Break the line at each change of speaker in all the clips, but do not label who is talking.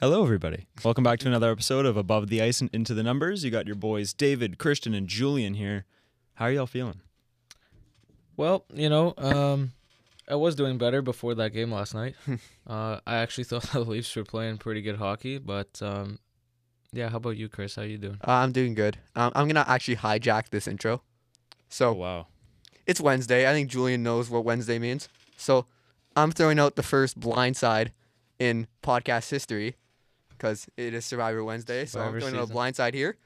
Hello, everybody. Welcome back to another episode of Above the Ice and Into the Numbers. You got your boys David, Christian, and Julian here. How are y'all feeling?
Well, you know, um, I was doing better before that game last night. uh, I actually thought the Leafs were playing pretty good hockey, but um, yeah. How about you, Chris? How you doing?
Uh, I'm doing good. Um, I'm gonna actually hijack this intro. So
wow.
it's Wednesday. I think Julian knows what Wednesday means. So I'm throwing out the first blind side in podcast history because it is Survivor Wednesday. So
Survivor
I'm throwing out
season.
blind side here.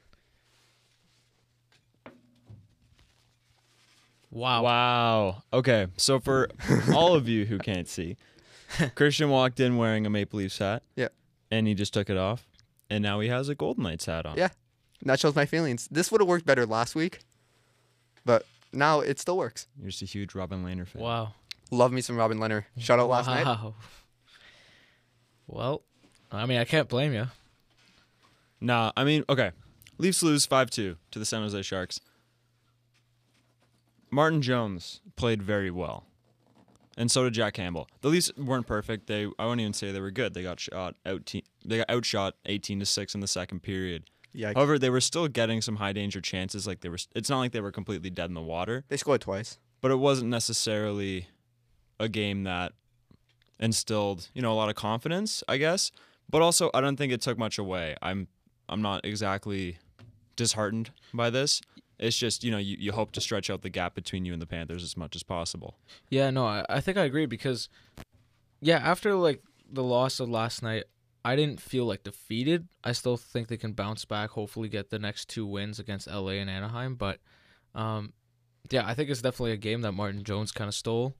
Wow.
Wow. Okay. So for all of you who can't see, Christian walked in wearing a Maple Leafs hat.
Yeah.
And he just took it off, and now he has a Golden Knights hat on.
Yeah. And that shows my feelings. This would have worked better last week, but now it still works.
You're just a huge Robin Lehner fan.
Wow.
Love me some Robin Leonard. Shout out last night.
Wow. Well, I mean, I can't blame you.
Nah. I mean, okay. Leafs lose five two to the San Jose Sharks. Martin Jones played very well, and so did Jack Campbell. The Leafs weren't perfect. They I won't even say they were good. They got shot out. Te- they got outshot eighteen to six in the second period.
Yeah.
However, they were still getting some high danger chances. Like they were, it's not like they were completely dead in the water,
They scored twice.
but it wasn't necessarily a game that instilled, you know, a lot of confidence, I guess. But also, I don't think it took much away. I'm, I'm not exactly disheartened by this. It's just, you know, you, you hope to stretch out the gap between you and the Panthers as much as possible.
Yeah, no, I, I think I agree because, yeah, after like the loss of last night, I didn't feel like defeated. I still think they can bounce back. Hopefully, get the next two wins against LA and Anaheim. But, um, yeah, I think it's definitely a game that Martin Jones kind of stole.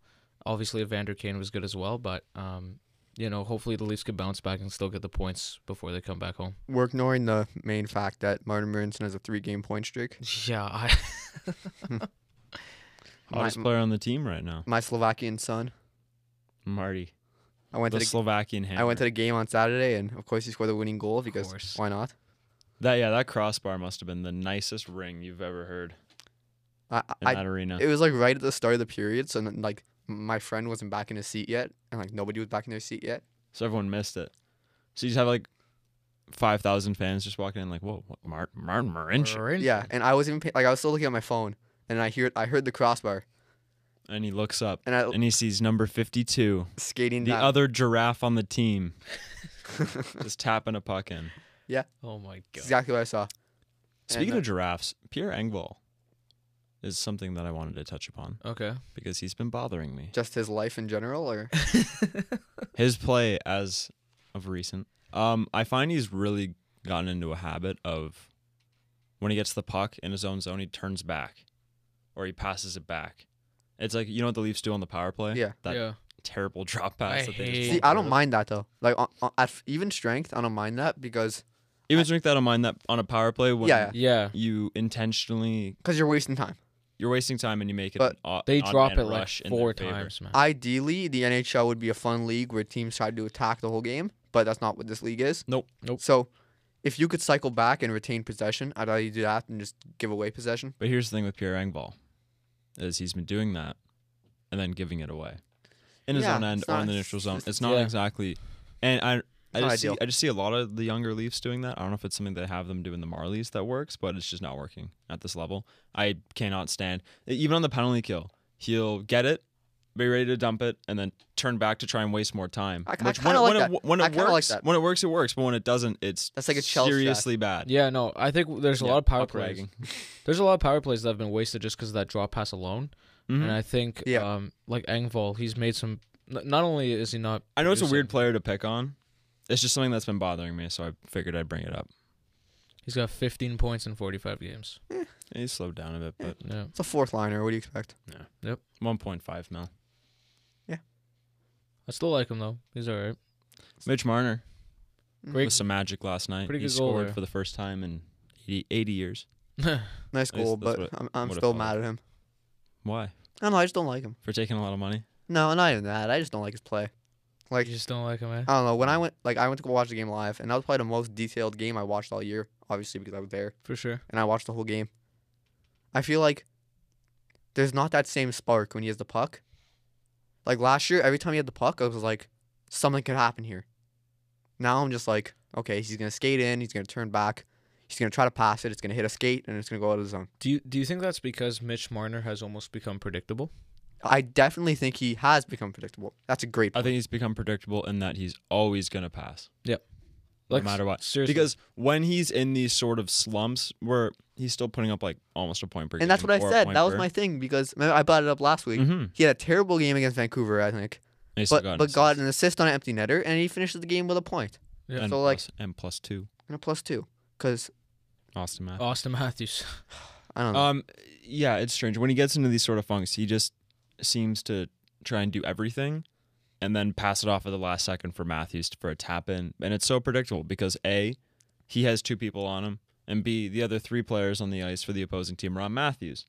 Obviously, Evander Kane was good as well, but um, you know, hopefully the Leafs could bounce back and still get the points before they come back home.
We're ignoring the main fact that Martin Merenson has a three game point streak.
Yeah, I
My,
Hottest player on the team right now,
my Slovakian son.
Marty,
I went
the
to the
Slovakian hammer.
I went to the game on Saturday, and of course he scored the winning goal because
course.
why not?
that. Yeah, that crossbar must have been the nicest ring you've ever heard
I,
in
I
that arena.
it was like right at the start of the period, so n- like my friend wasn't back in his seat yet, and like nobody was back in their seat yet.
So everyone missed it. So you just have like five thousand fans just walking in, like, "Whoa, what, Martin Martin Marinch,"
Yeah, and I was even pa- like I was still looking at my phone, and I hear I heard the crossbar,
and he looks up
and I
and he sees number fifty-two,
skating
the
down.
other giraffe on the team, just tapping a puck in.
Oh my god.
exactly what I saw.
Speaking
And,
of giraffes, Pierre Engvall is something that I wanted to touch upon
Okay.
because he's been bothering me.
uh, just his life in general, or
His play as of recent, um, I find he's really gotten into a habit of when he gets the puck in his own zone, he turns back or he passes it back. It's like you know what the Leafs do on the power play.
Yeah.
that
yeah.
terrible drop pass.
I
that they
hate-
just
see, I don't mind that though. Like on, on, at f- even strength, I don't mind that because
even drink that on mind that on a power play when
Yeah,
Yeah.
you intentionally
because you're wasting time.
you're wasting time and you make it.
But
an odd,
They
odd
drop
man
it like
rush in their
four
favor.
times, man.
Ideally, the NHL would be a fun league where teams try to attack the whole game, but that's not what this league is.
Nope.
Nope.
So, if you could cycle back and retain possession, I'd rather you do that than just give away possession.
But here's the thing with Pierre Engvall, is he's been doing that, and then giving it away, in his
Yeah,
own end
it's
or
not-
in the neutral zone.
it's-
It's not
yeah.
exactly, and I. I
not
just, see,
ideal.
I just see a lot of the younger Leafs doing that. I don't know if it's something they have them do in the Marlies that works, but it's just not working at this level. I cannot stand even on the penalty kill. He'll get it, be ready to dump it, and then turn back to try and waste more time.
I- I
Which
kinda
when,
like
it-
that.
when it,
I
when it
kinda like
works,
that.
when it works, it works. But when it doesn't, it's
That's like a shell
seriously bad.
Yeah, no, I think there's a
Yeah,
lot of power
up
plays.
ragging.
There's a lot of power plays that have been wasted just because of that draw pass alone.
Mm-hmm.
And I think,
Yeah.
um, like Engvall, he's made some. n- Not only is he not,
I know it's a
producing,
weird player to pick on. It's just something that's been bothering me, so I figured I'd bring it up.
He's got 15 points in 45 games.
He slowed down a bit, but
Yeah,
It's a fourth liner. What do you expect?
1.5 mil.
I still like him though. He's all right.
Mitch Marner
Great,
Mm-hmm.
with some magic last night.
Pretty
he
good goal
scored
there.
for the first time in 80, 80 years.
Nice
At least
goal,
that's
but
what it-
I'm, I'm
what it
still
felt
mad at him.
Why?
I don't know. I just don't like him.
For taking a lot of money?
No, not even that. I just don't like his play.
you
Like
just don't like him, eh? man.
Uh,
I don't know. When I went, like I went to go watch the game live, and that was probably the most detailed game I watched all year. Obviously, because I was there
For sure.
and I watched the whole game. I feel like there's not that same spark when he has the puck. Like last year, every time he had the puck, I was like, something could happen here. Now I'm just like, okay, he's gonna skate in, he's gonna turn back, he's gonna try to pass it, it's gonna hit a skate, and it's gonna go out of the zone.
Do you do you think that's because Mitch Marner has almost become predictable?
I definitely think he has become predictable. That's a great.
I think he's become predictable in that he's always going to pass,
Like
no matter what.
seriously,
Because when he's in these sort of slumps where he's still putting up like almost a point per
and that's
game
what I
or a
said.
point
That was
per-
my thing because remember, I brought it up last week.
Mhm.
He had a terrible game against Vancouver, I think,
And he still
but
an
but
assist.
got an assist on an empty netter, and he finishes the game with a point
Yeah.
and
so, like-
plus- and plus two,
and a plus two. Because
Austin Matthews.
Austin Matthews.
I don't know.
Um, yeah, it's strange when he gets into these sort of funks. He just seems to try and do everything, and then pass it off at the last second for Matthews for a tap in, and it's so predictable because a, he has two people on him, and b, the other three players on the ice for the opposing team are on Matthews.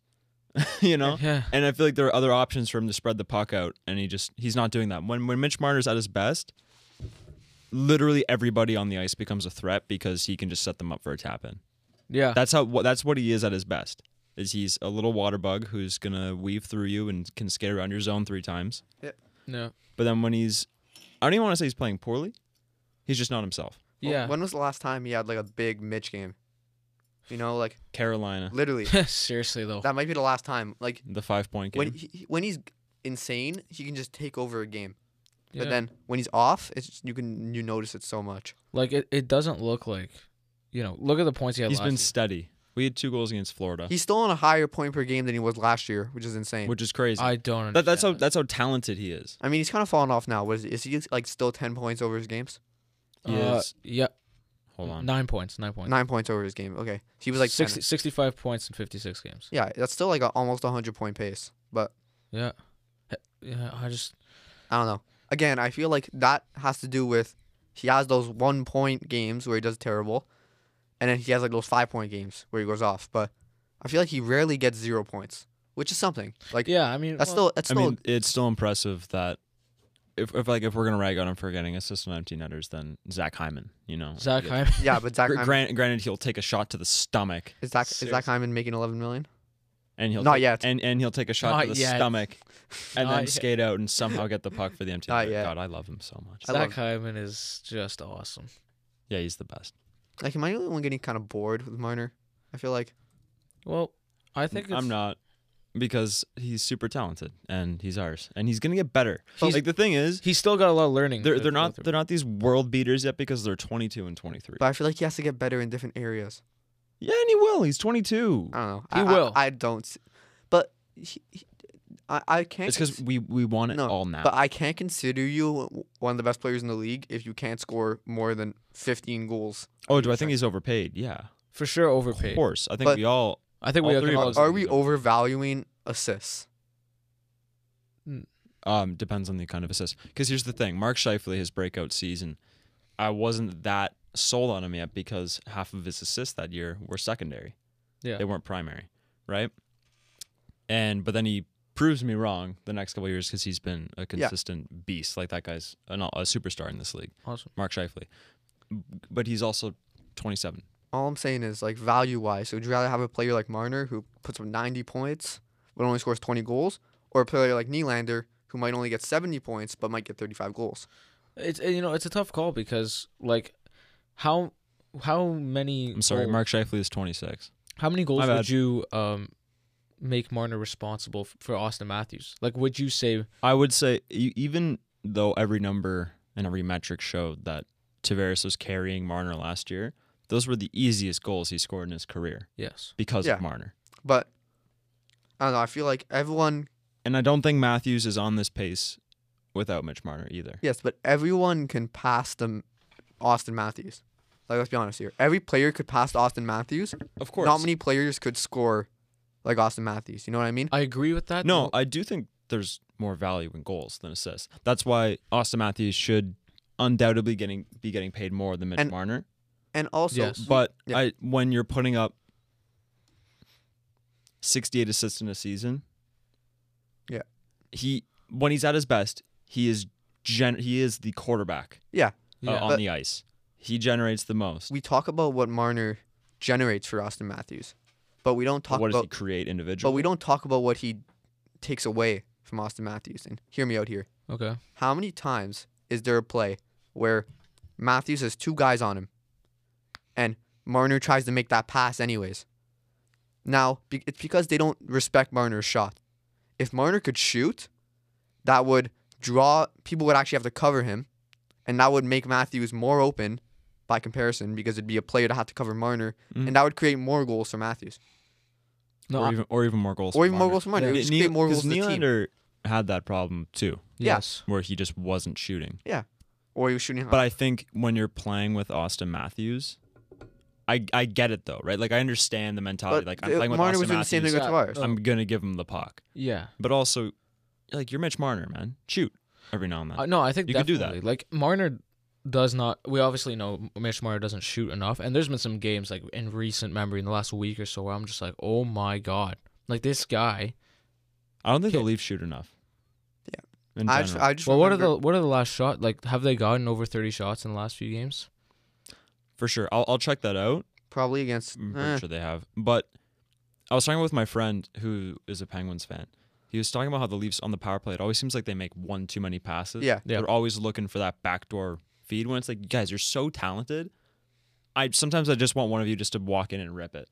you know,
Yeah.
and I feel like there are other options for him to spread the puck out, and he just he's not doing that. When when Mitch Marner's at his best, literally everybody on the ice becomes a threat because he can just set them up for a tap in.
Yeah.
That's how wha- that's what he is at his best. Is he's a little water bug who's gonna weave through you and can skate around your zone three times.
no.
But then when he's, I don't even want to say he's playing poorly. He's just not himself.
Well,
Yeah.
When was the last time he had like a big Mitch game? You know, like
Carolina,
literally,
seriously though.
that might be the last time. Like
the five point game.
when he, he- when he's insane, he can just take over a game.
Yeah.
But then when he's off, it's just, you can you notice it so much.
like it, it doesn't look like, you know, look at the points he had
he's
last
been
year.
steady. We had two goals against Florida,
He's still on a higher point per game than he was last year, which is insane.
Uh. which is crazy.
I don't understand.
that, that's how
that.
that's how talented he is.
I mean, he's kind of falling off now. Was is he like still ten points over his games?
He
Uh,
is.
yeah.
Hold on.
Nine points. Nine points.
Nine points over his game. Okay, he was like 10.
60, 65 points in 56 games.
Yeah, that's still like a, almost a hundred point pace. But
Yeah. Yeah, I just
I don't know. Again, I feel like that has to do with he has those one point games where he does terrible, and then he has like those five point games where he goes off. But I feel like he rarely gets zero points, which is something. Like
Yeah, I mean,
that's
well,
still that's
I
still
mean, it's still impressive that if, if like if we're gonna rag on him for getting assists and empty netters, then Zach Hyman, you know,
Zach
Yeah.
Hyman.
yeah. But Zach,
Gr-
Hyman,
Granted, granted, he'll take a shot to the stomach,
is Zach is Zach Hyman making eleven million?
and he'll
Not
take-
yet.
and and he'll take a shot to
Not
the
yet.
stomach, and
Not
then
yet.
skate out and somehow get the puck for the empty
Not
netter.
yet.
God, I love him so much.
I
Zach
love-
Hyman is just awesome.
yeah, he's the best.
Like, am I the only one getting kind of bored with Marner? I feel like
Well, I think it's,
I'm not because he's super talented and he's ours, and he's gonna get better.
He's-
like the thing is,
He's still got a lot of learning.
they're
to
they're
go
not
through.
they're not these world beaters yet because they're 22 and 23.
But I feel like he has to get better in different areas.
Yeah, and he will. He's 22.
I don't know.
He
I,
will.
I, I don't. s- But he, he- I, I can't.
It's because
cons-
we we want it
No,
all now.
But I can't consider you w- one of the best players in the league if you can't score more than 15 goals.
oh, do I think he's overpaid? Yeah.
for sure
Of
overpaid.
course. I think
But-
we all.
I think
All
we have
three
to
of
Are,
us
are
in
we
the-
overvaluing assists?
Um, depends on the kind of assist. Because here's the thing: Mark Scheifele, his breakout season, I wasn't that sold on him yet because half of his assists that year were secondary.
Yeah.
they weren't primary, right? And but then he proves me wrong the next couple of years because he's been a consistent beast. Like that guy's an, a superstar in this league,
awesome.
Mark Scheifele. But he's also 27.
All I'm saying is, like, value wise, would you rather have a player like Marner who puts up 90 points but only scores 20 goals, or a player like Nylander who might only get 70 points but might get 35 goals?
It's you know it's a tough call because like how how many
I'm sorry,
goal-
Mark Scheifele is 26.
how many goals
My
would
bad.
you um make Marner responsible f- for Austin Matthews? Like would you say
I would say e- even though every number and every metric showed that Tavares was carrying Marner last year, those were the easiest goals he scored in his career
yes?
because
Yeah.
of Marner.
But I don't know. I feel like everyone
And I don't think Matthews is on this pace without Mitch Marner either.
Yes, but everyone can pass the Austin Matthews. Like let's be honest here. Every player could pass Austin Matthews.
Of course.
Not many players could score like Austin Matthews. You know what I mean?
I agree with that.
No,
though.
I do think there's more value in goals than assists. That's why Austin Matthews should undoubtedly getting be getting paid more than Mitch
And-
Marner.
And also
Yes.
But
Yeah.
I when you're putting up 68 assists in a season,
Yeah.
he when he's at his best, he is gen- he is the quarterback
yeah,
uh,
yeah.
on
But-
the ice. He generates the most.
we talk about what Marner generates for Austin Matthews, but we don't
But
talk
what does
about
he create individually?
but we don't talk about what he takes away from Austin Matthews. And hear me out here.
okay.
How many times is there a play where Matthews has two guys on him, and Marner tries to make that pass anyways. Now be- it's because they don't respect Marner's shot. If Marner could shoot, that would draw people would actually have to cover him, and that would make Matthews more open by comparison because it'd be a player to have to cover Marner,
Mhm.
and that would create more goals for Matthews
No,
or
I-
even or even more goals.
or
for
even more
Marner.
goals for Marner.
Yeah.
It would just create more goals for the team.
Nylander had that problem too,
yeah.
yes.
where he just wasn't shooting.
or he was shooting high.
But I think when you're playing with Austin Matthews, I I get it though, right? Like I understand the mentality.
But
like I'm
the-
playing with
Marner
Austin
was doing the same
Matthews.
thing with
Yeah.
Tavares.
Uh,
I'm gonna give him the puck,
Yeah.
but also, like you're Mitch Marner, man. Shoot every now and then.
Uh, no, I think
You could do
definitely.
that.
Like Marner does not. We obviously know Mitch Marner doesn't shoot enough, and there's been some games like in recent memory in the last week or so where I'm just like, oh my god, like this guy.
I don't think the
okay.
Leafs shoot enough.
Yeah.
In
I just,
general.
I just
well, what are
remember-
the what are the last shot? Like, have they gotten over 30 shots in the last few games?
for sure. I'll I'll check that out.
probably against?
I'm pretty
eh,
sure they have. But I was talking with my friend who is a Penguins fan. He was talking about how the Leafs on the power play, it always seems like they make one too many passes.
Yeah.
Yeah.
They're always looking for that backdoor feed when it's like, guys, you're so talented. I sometimes I just want one of you just to walk in and rip it.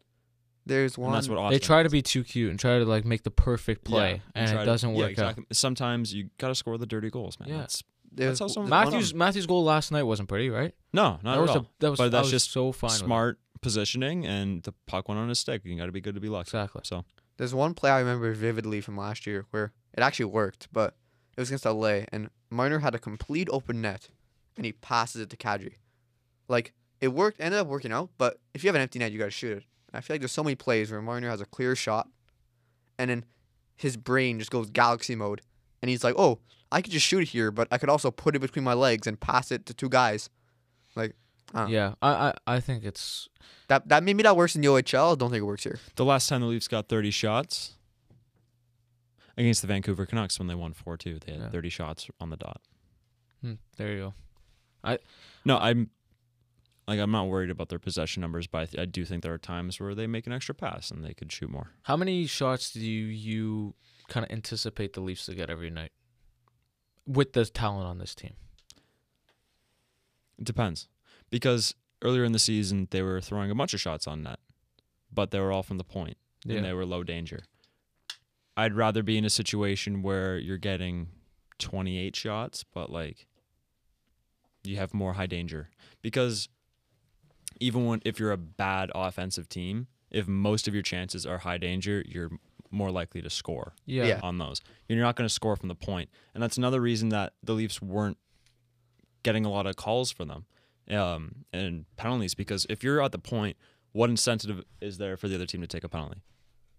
There's one.
And that's what Austin
They try to be too cute and try to like make the perfect
Yeah,
play, and
try
it
to-
doesn't
yeah,
work
exactly. Sometimes you gotta score the dirty goals, man.
Yeah.
That's
there's
that's how some
out.
of
one-
them-
Matthews Matthews' goal last night wasn't pretty, right?
no, not
that was
at all.
a that was
But
I
that's
was
just
so fine. with it.
Smart positioning and the puck went on his stick. You gotta be good to be lucky.
exactly.
So
There's one play I remember vividly from last year where it actually worked, but it was against LA, and Marner had a complete open net, and he passes it to Kadri. Like it worked, ended up working out, but if you have an empty net, you gotta shoot it. I feel like there's so many plays where Marner has a clear shot, and then his brain just goes galaxy mode, and he's like, "Oh, I could just shoot it here, but I could also put it between my legs and pass it to two guys." Oh.
Yeah, I, I I think it's
That that maybe that works in the OHL. I don't think it works here.
The last time the Leafs got 30 shots against the Vancouver Canucks when they won 4 2, they had
Yeah.
30 shots on the dot.
hmm, there you go.
No, I'm like, I'm not worried about their possession numbers, but I, th- I do think there are times where they make an extra pass and they could shoot more.
How many shots do you, you kind of anticipate the Leafs to get every night with the talent on this team?
It depends. Because earlier in the season, they were throwing a bunch of shots on net, but they were all from the point and they were low danger. I'd rather be in a situation where you're getting 28 shots, but like you have more high danger because even when if you're a bad offensive team, if most of your chances are high danger, you're more likely to score
yeah.
yeah.
on those. You're not going to score from the point, and that's another reason that the Leafs weren't getting a lot of calls for them um, and penalties because if you're at the point, what incentive is there for the other team to take a penalty?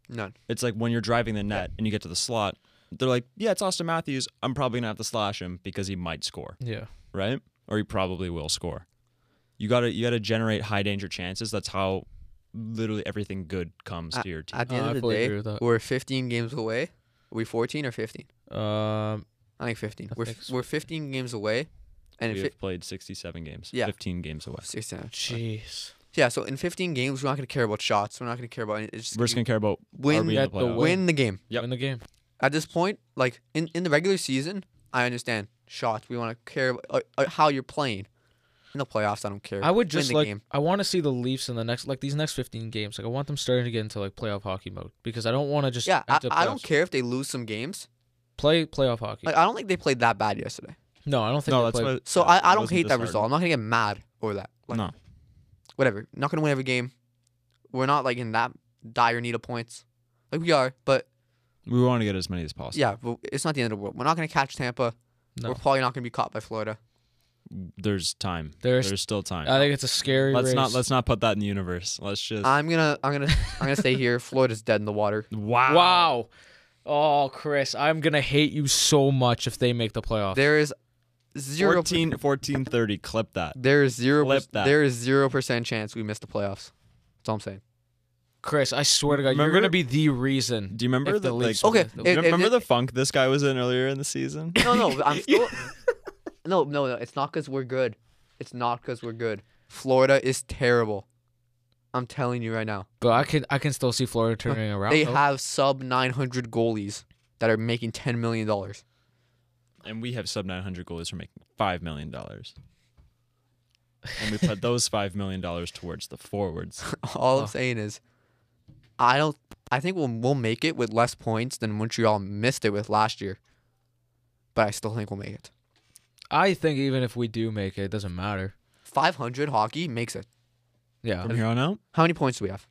None.
It's like when you're driving the net and you get to the slot, they're like, yeah, it's Austin Matthews. I'm probably going to have to slash him because he might score,
Yeah.
right? Or he probably will score. You got to you got to generate high danger chances. That's how literally everything good comes to your team.
At the
Uh,
end
I
of the
fully agree
day,
with that.
we're 15 games away. Are we 14 or 15?
Um,
I think 15.
I
we're
think
f-
so.
we're 15 games away, and
we
in
have
fi-
played 67 games,
Yeah.
15 games away.
16.
jeez.
Yeah, so in 15 games, we're not gonna care about shots. We're not gonna care about. Any, it's just
We're just
gonna
going to care about
Win
are we in the
at the
playoffs?
win.
win the game.
Yep.
Win the game.
At this point, like in, in the regular season, I understand shots. We want to care about, uh, uh, how you're playing. In the playoffs, I don't care.
I would
Win
just
the
like
game.
I want to see the Leafs in the next like these next 15 games. Like I want them starting to get into like playoff hockey mode because I don't want to just
Yeah, I,
enter
I don't
playoffs.
care if they lose some games.
play playoff hockey.
Like I don't think they played that bad yesterday.
no, I don't think
No,
they
that's
play.
why.
So
yeah,
I, I
it
don't
wasn't
hate that
disheartening.
result. I'm not gonna get mad over that. Like,
no,
whatever. Not gonna win every game. We're not like in that dire need of points. Like we are, but
we want to get as many as possible.
yeah, but it's not the end of the world. We're not gonna catch Tampa.
No.
We're probably not gonna be caught by Florida.
There's time.
There's-
There's, still time.
I think it's a scary
let's
race.
not let's not put that in the universe. Let's just
I'm gonna I'm gonna I'm gonna stay here. Florida's dead in the water.
wow.
Wow. Oh, Chris, I'm going to hate you so much if they make the playoffs.
There is zero.
14, 1430, clip that.
There is zero.
Flip
perc-
that.
There is zero percent chance we miss the playoffs. That's all I'm saying.
Chris, I swear to God, you're
Remember-
going to be the reason.
Do you remember
If the
the like,
Leafs
Okay,
If-
do you
if-
remember
if-
the funk this guy was in earlier in the season?
No, no, I'm still. no, no, no. It's not because we're good. It's not because we're good. Florida is terrible. I'm telling you right now.
But I can I can still see Florida turning around.
They
though.
have sub 900 goalies that are making 10 million dollars.
and we have sub 900 goalies for making 5 million dollars. and we put those five million dollars towards the forwards.
All
Oh.
I'm saying is, I don't. I think we'll we'll make it with less points than Montreal missed it with last year. But I still think we'll make it.
I think even if we do make it, it doesn't matter.
500 hockey makes it.
Yeah.
From here on out,
How many points do we have?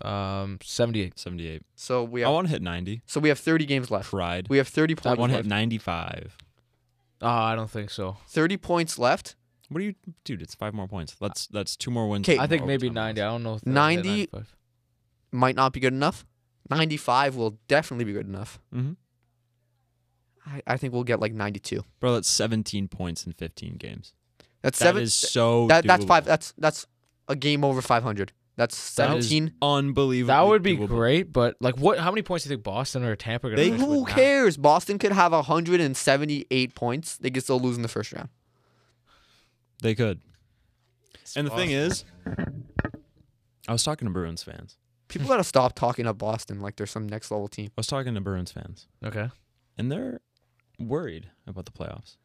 Um, seventy-eight.
seventy-eight.
So we
I
have.
want to hit ninety.
So we have 30 games
Uh,
left.
Pride.
We have 30
I
points.
want to hit
Left.
ninety-five.
Oh, I don't think so.
30 points left.
What do you, dude? It's five more points. That's that's two more wins.
Okay.
I
than
think
more
maybe
overtime wins.
ninety. I don't know. If
90
ninety five.
Might not be good enough. 95 will definitely be good enough.
Mhm.
I, I think we'll get like 92.
Bro, that's seventeen points in fifteen games.
That's
That is
seven.
so.
that that's five.
doable.
That's that's a game over 500. That's
That is
17.
unbelievable.
That would be
doable.
great, but like, what? How many points do you think Boston or Tampa are gonna?
They-
finish
Who
with now?
cares? Boston could have 178 points. They could still lose in the first round.
They could. and the thing
Boston.
is, I was talking to Bruins fans.
People gotta stop talking up Boston like they're some next level team.
I was talking to Bruins fans,
Okay.
and they're worried about the playoffs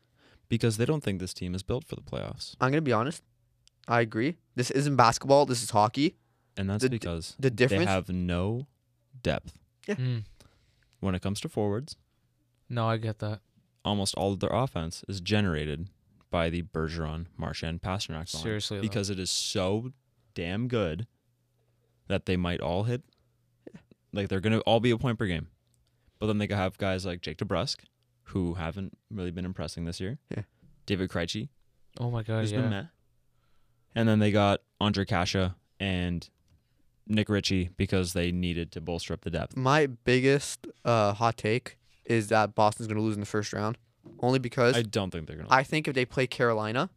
because they don't think this team is built for the playoffs.
I'm gonna be honest. I agree. This isn't basketball. This is hockey.
And that's
The d-
because
The
they
difference.
have no depth
Mm.
when it comes to forwards.
No, I get that.
Almost all of their offense is generated by the Bergeron, Marchand, Pasternak line
Seriously, though.
because it is so damn good that they might all hit. Like they're gonna all be a point per game, but then they could have guys like Jake DeBrusque, who haven't really been impressing this year.
Yeah.
David Krejci,
Oh my god.
who's
Yeah.
been meh. And then they got Andre Kasha and Nick Ritchie because they needed to bolster up the depth.
My biggest uh, hot take is that Boston's gonna lose in the first round, only because
I don't think they're gonna.
I think if they play Carolina,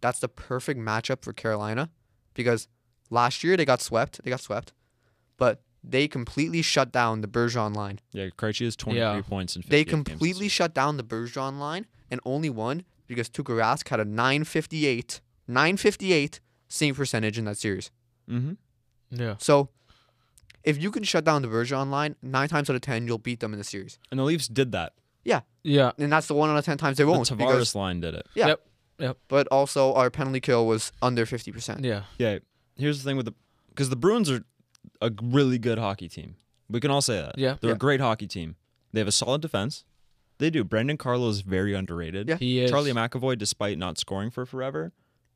that's the perfect matchup for Carolina because last year they got swept. They got swept, but they completely shut down the Bergeron line.
yeah, Krejci is twenty three
Yeah.
points and
They completely shut down the Bergeron line and only won because Tuukka Rask had a 958, 958 same percentage in that series.
Mm-hmm.
Yeah.
So if you can shut down the Bergeron line, nine times out of ten you'll beat them in the series,
And the Leafs did that.
Yeah.
and that's the one out of ten times they
The
won't.
Tavares
because-
line did it.
yeah,
Yep. Yep.
but also our penalty kill was under fifty percent.
Yeah.
Yeah. Here's the thing with the because the Bruins are a g- really good hockey team. We can all say that.
Yeah.
They're
Yeah.
a great hockey team. They have a solid defense. They do. Brandon Carlo is very underrated.
Yeah.
He is.
Charlie McAvoy, despite not scoring for forever,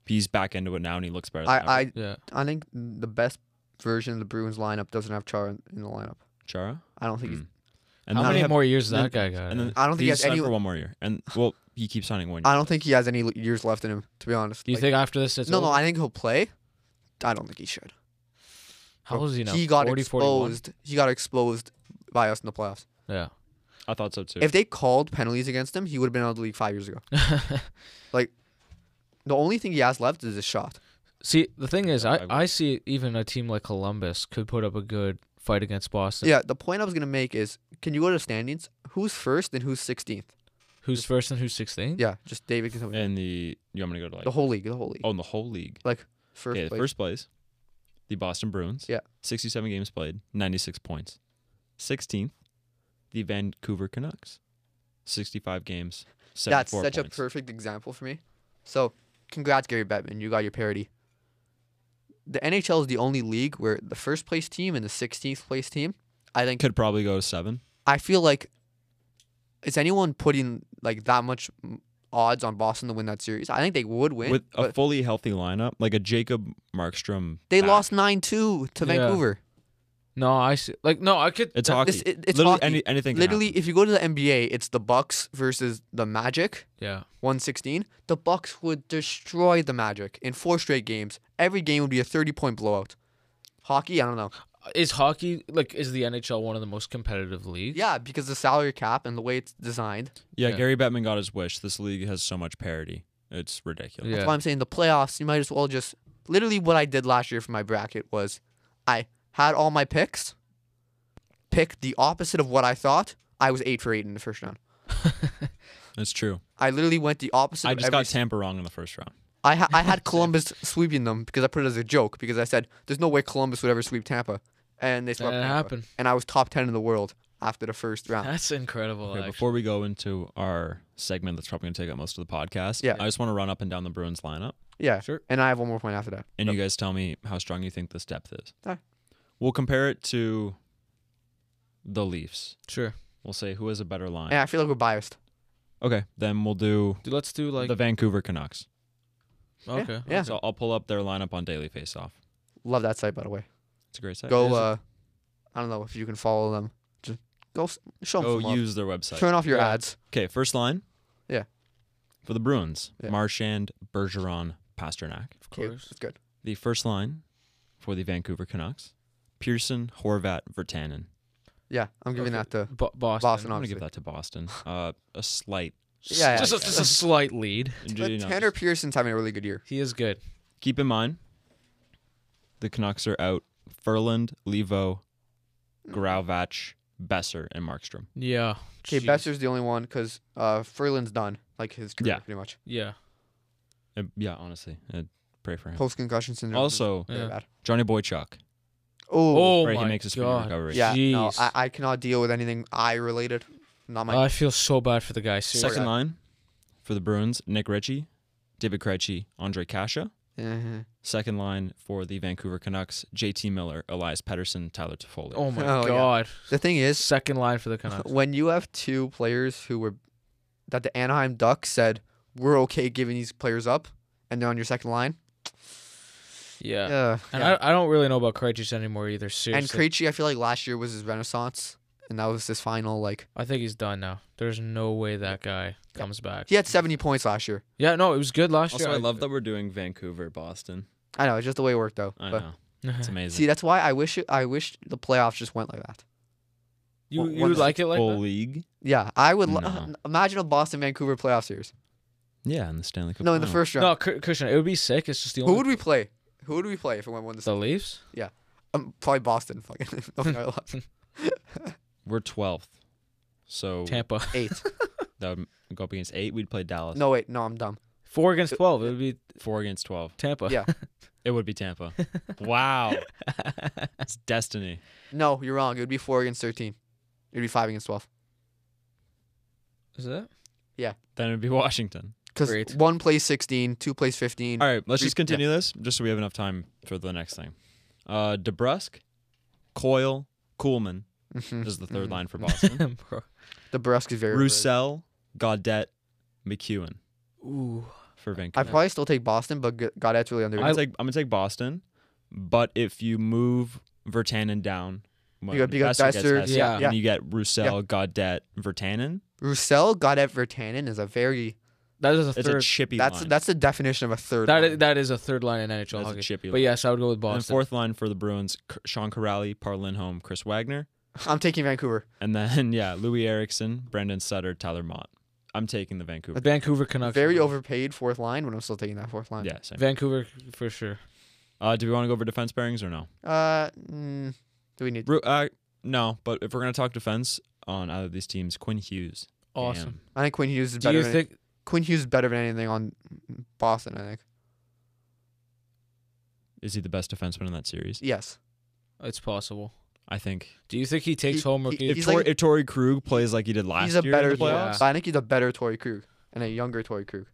he's back into it now and he looks better. Than ever.
I, I
Yeah.
I think the best version of the Bruins lineup doesn't have Char in in the lineup.
Chara.
I don't think.
Mm.
he's
And
how
then
many
they have-
more years does
then-
that guy got?
And then
I don't think he
he's
has
signed
any-
for one more year. And well, he keeps signing one. Year.
I don't think he has any l- years left in him. To be honest.
Do Hmm. you
Like,
think after this it's
No, no.
over?
I think he'll play. I don't think he should.
How old is he now?
He got
40, 41?
exposed. He got exposed by us in the playoffs.
Yeah.
I thought so too.
If they called penalties against him, he would have been out of the league five years ago. The only thing he has left is his shot.
see, the thing is,
Yeah,
I,
I would.
I see even a team like Columbus could put up a good fight against Boston.
yeah. The point I was gonna make is, can you go to the standings? Who's first and who's sixteenth?
Who's first and who's eh? 16th?
Yeah. Just David can tell me.
and the you want me to go to like
The whole league. The whole league.
oh in the whole league.
First.
okay,
place.
first place, the Boston Bruins.
Yeah.
67 games played, 96 points. 16th, the Vancouver Canucks. 65 games, 74
That's such
points.
a perfect example for me. So, congrats, Gary Bettman. You got your parody. The NHL is the only league where the first place team and the 16th place team, I think,
Could probably go to 7.
I feel like, is anyone putting like that much mm, odds on Boston to win that series? I think they would win.
With a
but
fully healthy lineup, like a Jacob Markstrom.
they
back.
lost 9 2 to
Yeah.
Vancouver.
No, I see. Like, no, I could.
It's
that-
hockey.
This- it- it's
Literally
hockey.
any- anything can
Literally,
happen.
if you go to the NBA, it's the Bucks versus the Magic.
Yeah.
116, the Bucks would destroy the Magic in four straight games. Every game would be a 30-point blowout. Hockey, I don't know.
Is hockey, like, is the NHL one of the most competitive leagues?
Yeah, because the salary cap and the way it's designed.
Yeah,
Yeah.
Gary Bettman got his wish. This league has so much parity. It's ridiculous.
Yeah.
That's why I'm saying the playoffs, you might as well just literally what I did last year for my bracket was I had all my picks, picked the opposite of what I thought. I was 8 for 8 in the first round.
It's true.
I literally went the opposite
I
of
just
every
got Tampa wrong in the first round.
I, ha- I had Columbus sweeping them because I put it as a joke because I said there's no way Columbus would ever sweep Tampa, and they
And
swept
it
Tampa.
happened.
And I was top ten in the world. after the first round.
That's incredible.
Okay,
actually.
before we go into our segment that's probably going to take up most of the podcast,
Yeah.
I just want to run up and down the Bruins lineup,
Yeah.
Sure.
And I have one more point after that.
and you guys tell me how strong you think this depth is.
Alright.
We'll compare it to the Leafs.
Sure.
We'll say who has a better line.
And I feel like we're biased.
Okay, then we'll do
Dude, let's do like
the Vancouver Canucks.
Yeah,
okay.
Yeah.
So I'll pull up their lineup on Daily Faceoff.
Love that site by the way.
It's a great site.
Go
Is it-
uh I don't know if you can follow them. Just go s- show them
go
some love.
use their website.
Turn off your
Yeah.
ads.
Okay, first line.
Yeah.
For the Bruins,
Yeah.
Marchand, Bergeron, Pasternak.
Of
Cute.
course.
It's good.
The first line for the Vancouver Canucks, Pearson, Horvat, Vertanen.
Yeah, I'm giving
Okay.
that to
Bo- Boston.
Boston
I'm gonna give
obviously.
that to Boston. Uh, a slight.
S-
Yeah, yeah,
just, a,
yeah.
just a slight lead.
you
But
know,
Tanner Pearson's having a really good year.
He is good.
keep in mind, the Canucks are out. Furland, Levo,
Mm.
Grauvach, Besser, and Markstrom.
Yeah.
Okay,
Jeez.
Besser's the only one because uh, Furland's done like his career
Yeah.
pretty much.
Yeah.
Uh, yeah, honestly, i pray for him.
Post concussion syndrome. is
Also,
Yeah.
very bad.
Johnny Boychuk.
Oh,
Oh
right,
my
he makes a speedy
god.
recovery.
yeah. No,
Oh, jeez.
I, I cannot deal with anything eye related. Not my.
Oh, I feel so bad for the guy. Seriously.
Second
guy.
line for the Bruins, Nick Ritchie, David Krejci, Andre Kasha.
Mhm.
Second line for the Vancouver Canucks, JT Miller, Elias Pettersson, Tyler Toffoli.
Oh my
Oh, yeah.
god.
The thing is,
Second line for the Canucks.
when you have two players who were that the Anaheim Ducks said we're okay giving these players up, and they're on your second line.
Yeah.
Yeah,
And
yeah.
I, I don't really know about Krejci anymore either.
and
Seriously.
Krejci, I feel like last year was his renaissance, and that was his final. Like
I think he's done now. There's no way that guy comes back.
he had seventy points last year.
Yeah, no, it was good last
Also,
year.
I love that we're doing Vancouver, Boston.
I know it's just the way it worked though.
I
but
know it's amazing.
see, that's why I wish it, I wish the playoffs just went like that.
you
One-
you
one-
would like it like
Full
that?
league.
Yeah, I would lo-
No.
imagine a Boston Vancouver playoff series.
Yeah, in the Stanley Cup.
No, in the
final.
first round.
No, Kr- Christian, it would be sick. It's just the
Who
only
would we play? Who would we play if it went one this?
the Leafs.
Um, probably Boston. Fucking Don't know.
we're twelfth, so
Tampa.
eight.
that would go up against eight. We'd play Dallas.
No wait, no, I'm dumb.
Four against twelve. It would be
Four against twelve.
Tampa.
Yeah.
It would be Tampa. wow, it's destiny.
No, you're wrong. It would be four against thirteen. It'd be five against twelve.
Is that?
Then it'd be Washington.
Because
Great.
one plays 16, two plays 15.
All right, let's just
Re-
continue this, just so we have enough time for the next thing. Uh, DeBrusque, Coyle, Coolman
Mhm.
is the 3rd
mhm.
line for Boston.
Bro.
The Brusque is very. overrated.
Roussel, Gaudette, McEwen
Ooh.
for Vancouver.
I'd probably still take Boston, but G- Gaudet's really
I'm
underrated.
gonna, take, I'm gonna take Boston, but if you move Vertanen down, well,
got- you got
Besser gets
Besser,
Hesse,
yeah,
and
yeah.
you get Roussel, Gaudette, Vertanen.
Roussel, Gaudet, Vertanen is a very.
That is a
It's a
third.
chippy
That's
line.
that's the definition of a third.
That
line.
is, that is a third line in NHL
That's a
hockey.
chippy
but
line.
yes, I would go with
and
Boston.
fourth line for the Bruins: K- Sean Corrali, Par Lindholm, Chris Wagner,
I'm taking Vancouver.
and then yeah, Louis Erickson, Brendan Sutter, Tyler Mott. I'm taking the Vancouver.
Vancouver Canucks.
Very overpaid fourth line, but I'm still taking that fourth line.
Yeah, same.
Vancouver for sure.
Uh, do we want to go over defense pairings or no?
Uh, mm, do we need.
Ru- Uh, no, but if we're gonna talk defense on either of these teams, Quinn Hughes.
Awesome.
I think Quinn Hughes is
Do
better.
you
than,
think?
Quinn Hughes is better than anything on Boston, I think.
Damn. Is he the best defenseman in that series?
Yes.
It's possible.
I think
Do you think he takes
He-
home
he-
rookie?
if,
He's
Tor-
like-
if Torrey Krug plays like he did last
he's a
year
better.
in the playoffs,
I think he's a better Tory Krug and a younger Tory Krug.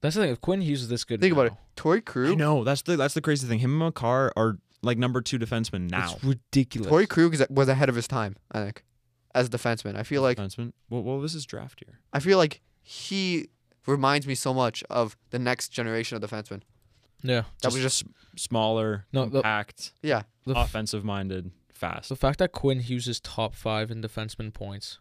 That's the thing. If Quinn Hughes is this good,
Think about it.
now,
Tory
Hmm. I
Krug.
know that's the that's the crazy thing. Him and Makar are like number two defensemen now.
It's ridiculous.
Tory Krug is, was ahead of his time, I think, as a defenseman. I feel like
defenseman. What, what was his draft year?
I feel like he reminds me so much of the next generation of defensemen.
yeah.
That was
just s- smaller,
No, the-
compact,
Yeah,
The, f-
offensive minded, fast.
the fact that Quinn Hughes is top five in defenseman points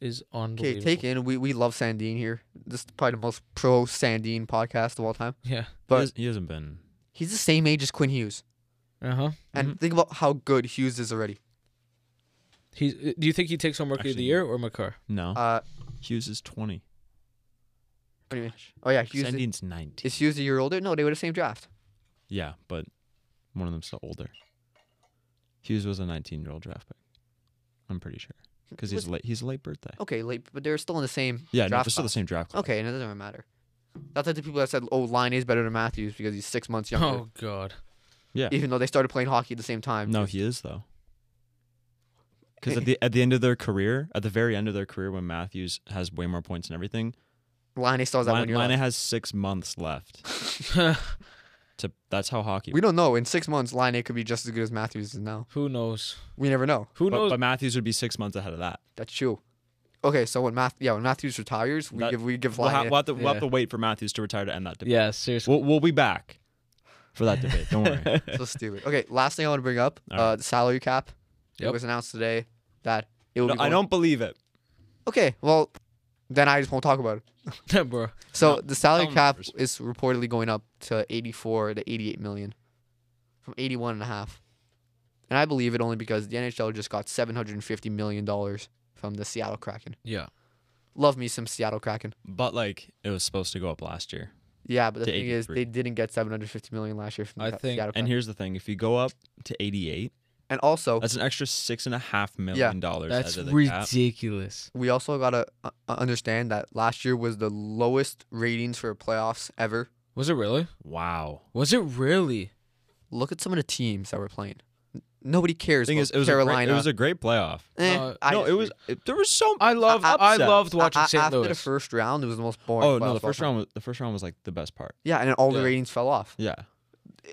is
okay,
unbelievable.
take in. We we love Sandine here. This is probably the most pro Sandine podcast of all time.
Yeah.
He
but-
has- he hasn't been.
He's the same age as Quinn Hughes,
Uh huh.
and
Mm-hmm.
think about how good Hughes is already.
He's. Do you think he takes home rookie of
Actually-
the year or McCarr?
No,
Uh,
Hughes is twenty.
what do you mean? Oh yeah, Hughes is,
Sandin's nineteen.
is Hughes a year older? No, they were the same draft.
Yeah, but one of them's still older. Hughes was a nineteen-year-old draft pick. I'm pretty sure because he's
Was-
late. He's a late birthday.
Okay, late, but they're still in the same.
Yeah, no,
draft
they're still the
class.
same draft class.
Okay, and it doesn't really matter. That's like the people that said, "Oh, Line is better than Matthews because he's six months younger."
Oh God.
Yeah.
Even though they started playing hockey at the same time.
No, he is though. Because at the at the end of their career, at the very end of their career, when Matthews has way more points and everything,
Liney still has Oh, that one
Lin-
year
Lina
left.
has six months left. To that's how hockey.
We don't know. In six months, Liney could be just as good as Matthews is now.
Who knows?
We never know.
Who
but,
knows?
but Matthews would be six months ahead of that.
That's true. Okay, so when Math, yeah, when Matthews retires, we
That-
give we give
We'll, ha-
Liney.
we'll have to, we'll have
Yeah.
to wait for Matthews to retire to end that debate.
yeah, seriously.
We'll, we'll be back for that debate. Don't worry.
so stupid. Okay, last thing I want to bring up,
All
uh, the salary cap. It
Yep.
was announced today that it will
No,
be.
I
going-
don't believe it.
Okay, well, then I just won't talk about it.
Bro.
So
No,
the salary
tell 'em
cap
numbers.
is reportedly going up to 84 to 88 million from 81 and a half. And I believe it only because the NHL just got 750 million dollars from the Seattle Kraken.
Yeah.
Love me some Seattle Kraken.
But like it was supposed to go up last year.
Yeah, but the
To
thing is
83.
they didn't get 750 million last year from the
I
Ca-
think-
Seattle Kraken.
And
And,
here's the thing: if you go up to 88,
also,
that's an extra six and a half million dollars.
That's
out of the cap.
ridiculous.
we also got to uh, uh, understand that last year was the lowest ratings for playoffs ever.
Was it really?
Wow.
Was it really?
Look at some of the teams that were playing. N- Nobody cares
The thing
about
is, it was A
Carolina.
great, it was a great playoff.
Eh,
No,
I
no, it
disagree.
was. It, there was so.
I loved
I-
I
upset.
loved watching
A- a-
St.
after
Louis.
the first round, it was the most boring.
oh no,
playoff
the
of
first
all
round was the first round was like the best part.
time. Yeah, and all the
Yeah.
ratings fell off.
Yeah.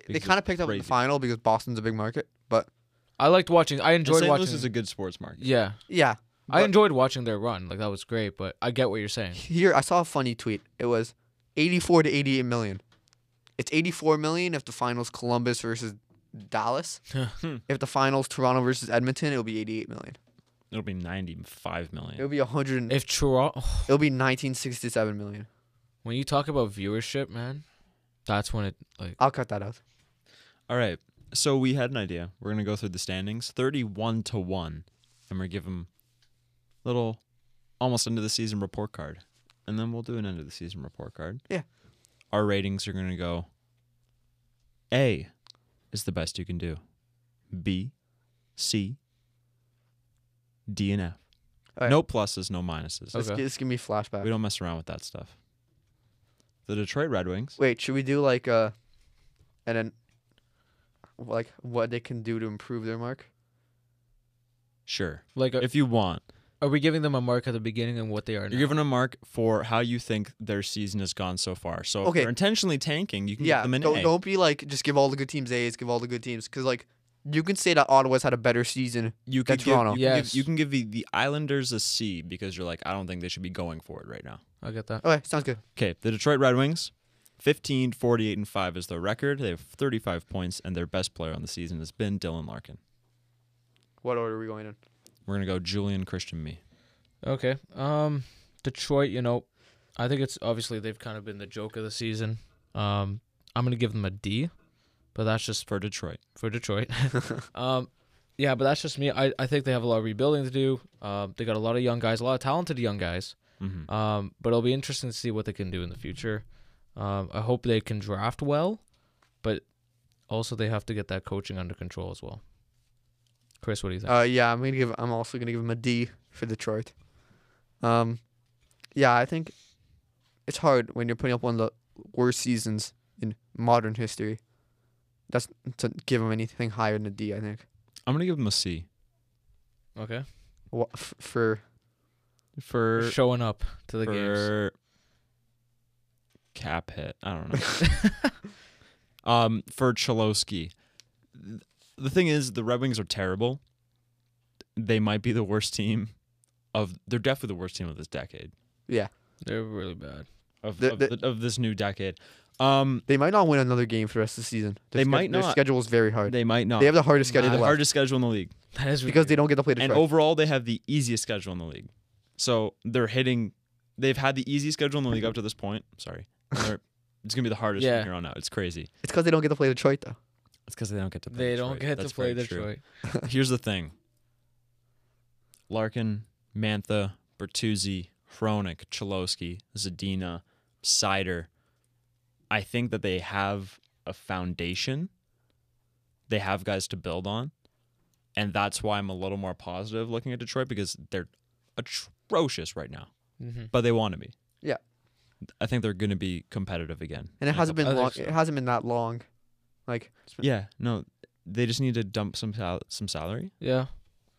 They kind of picked up in the
crazy.
final because Boston's a big market, but
I liked watching. I
And
enjoyed
St.
watching.
Louis is a good sports market.
yeah.
yeah.
I
But-
enjoyed watching their run. Like that was great, but I get what you're saying.
Here, I saw a funny tweet. It was 84 to 88 million. It's 84 million if the finals Columbus versus Dallas. if the finals Toronto versus Edmonton, it'll be 88 million.
It'll be 95 million.
It'll be 100. and-
If Toronto
it'll be 1967 million.
when you talk about viewership, man, that's when it like
I'll cut that out.
All right. So we had an idea. We're gonna go through the standings, 31 to one, and we're give them little, almost end of the season report card, and then we'll do an end of the season report card.
Yeah.
Our ratings are gonna go. A, is the best you can do. B, C, D, and F.
All right.
No pluses, no minuses.
This,
Okay.
this can be flashback.
We don't mess around with that stuff. The Detroit Red Wings.
Wait, should we do like uh, and then like what they can do to improve their mark?
Sure,
Uh,
like are,
if you want.
are we giving them a mark at the beginning and what they are now?
You're giving a mark for how you think their season has gone so far. So if
Okay.
they're intentionally tanking, you can
Yeah,
give them an
don't
A.
don't be like just give all the good teams A's, give all the good teams because like you can say that Ottawa's had a better season.
you can
That's
give,
Toronto.
You, can
Yes.
give, you can give the, the Islanders a C because you're like, I don't think they should be going for it right now.
I get that.
Okay, sounds good.
Okay, the Detroit Red Wings, 15, 48, and 5 is their record. They have 35 points, and their best player on the season has been Dylan Larkin.
What order are we going in?
We're going to go Julian Christian Me.
Okay. Um Detroit, you know, I think it's obviously they've kind of been the joke of the season. Um I'm going to give them a D, but that's just
For Detroit,
for Detroit. um, yeah, but that's just me. I, I think they have a lot of rebuilding to do. Um, they got a lot of young guys, a lot of talented young guys.
Mm-hmm.
Mhm.
Um, but it'll be interesting to see what they can do in the future. Um, I hope they can draft well, but also they have to get that coaching under control as well. Chris, what do you think?
Uh, yeah, I'm gonna give. I'm also gonna give him a D for Detroit. Um, yeah, I think it's hard when you're putting up one of the worst seasons in modern history. That's to give him anything higher than a D. I think
I'm going to give them a C
Uh,
okay,
Wha- f- for
for,
showing up to the games.
for cap hit. I don't know. um, for Cholowski. Th- The thing is, the Red Wings are terrible. They might be the worst team of. They're definitely the worst team of this decade
They're really bad.
of
The-
of,
the-
the- of this new decade. Um,
they might not win another game for the rest of the season.
They might
Their
not.
schedule is very hard. They,
they might not.
have the hardest
They
schedule
have the
left
hardest schedule in the league,
That is
because they don't get to play
and
Detroit.
overall, they have the easiest schedule in the league. So they're hitting. They've had the easiest schedule in the league up to this point. Sorry, And they're- it's gonna be the hardest
Yeah.
from here on out. It's crazy.
It's because they don't get to play Detroit though.
It's because they don't get to. Play
they don't
Detroit.
get
That's
to play
very true.
Detroit.
Here's the thing. Larkin, Mantha, Bertuzzi, Hronik, Cholowski, Zadina, Sider. I think that they have a foundation. They have guys to build on. And that's why I'm a little more positive looking at Detroit because they're atrocious right now.
Mm-hmm.
But they want to be.
Yeah.
I think they're going to be competitive again.
And it
in a
hasn't
couple-
been
I think
long.
so.
It hasn't been that long. Like it's been-
Yeah, no. They just need to dump some sal- some salary.
Yeah,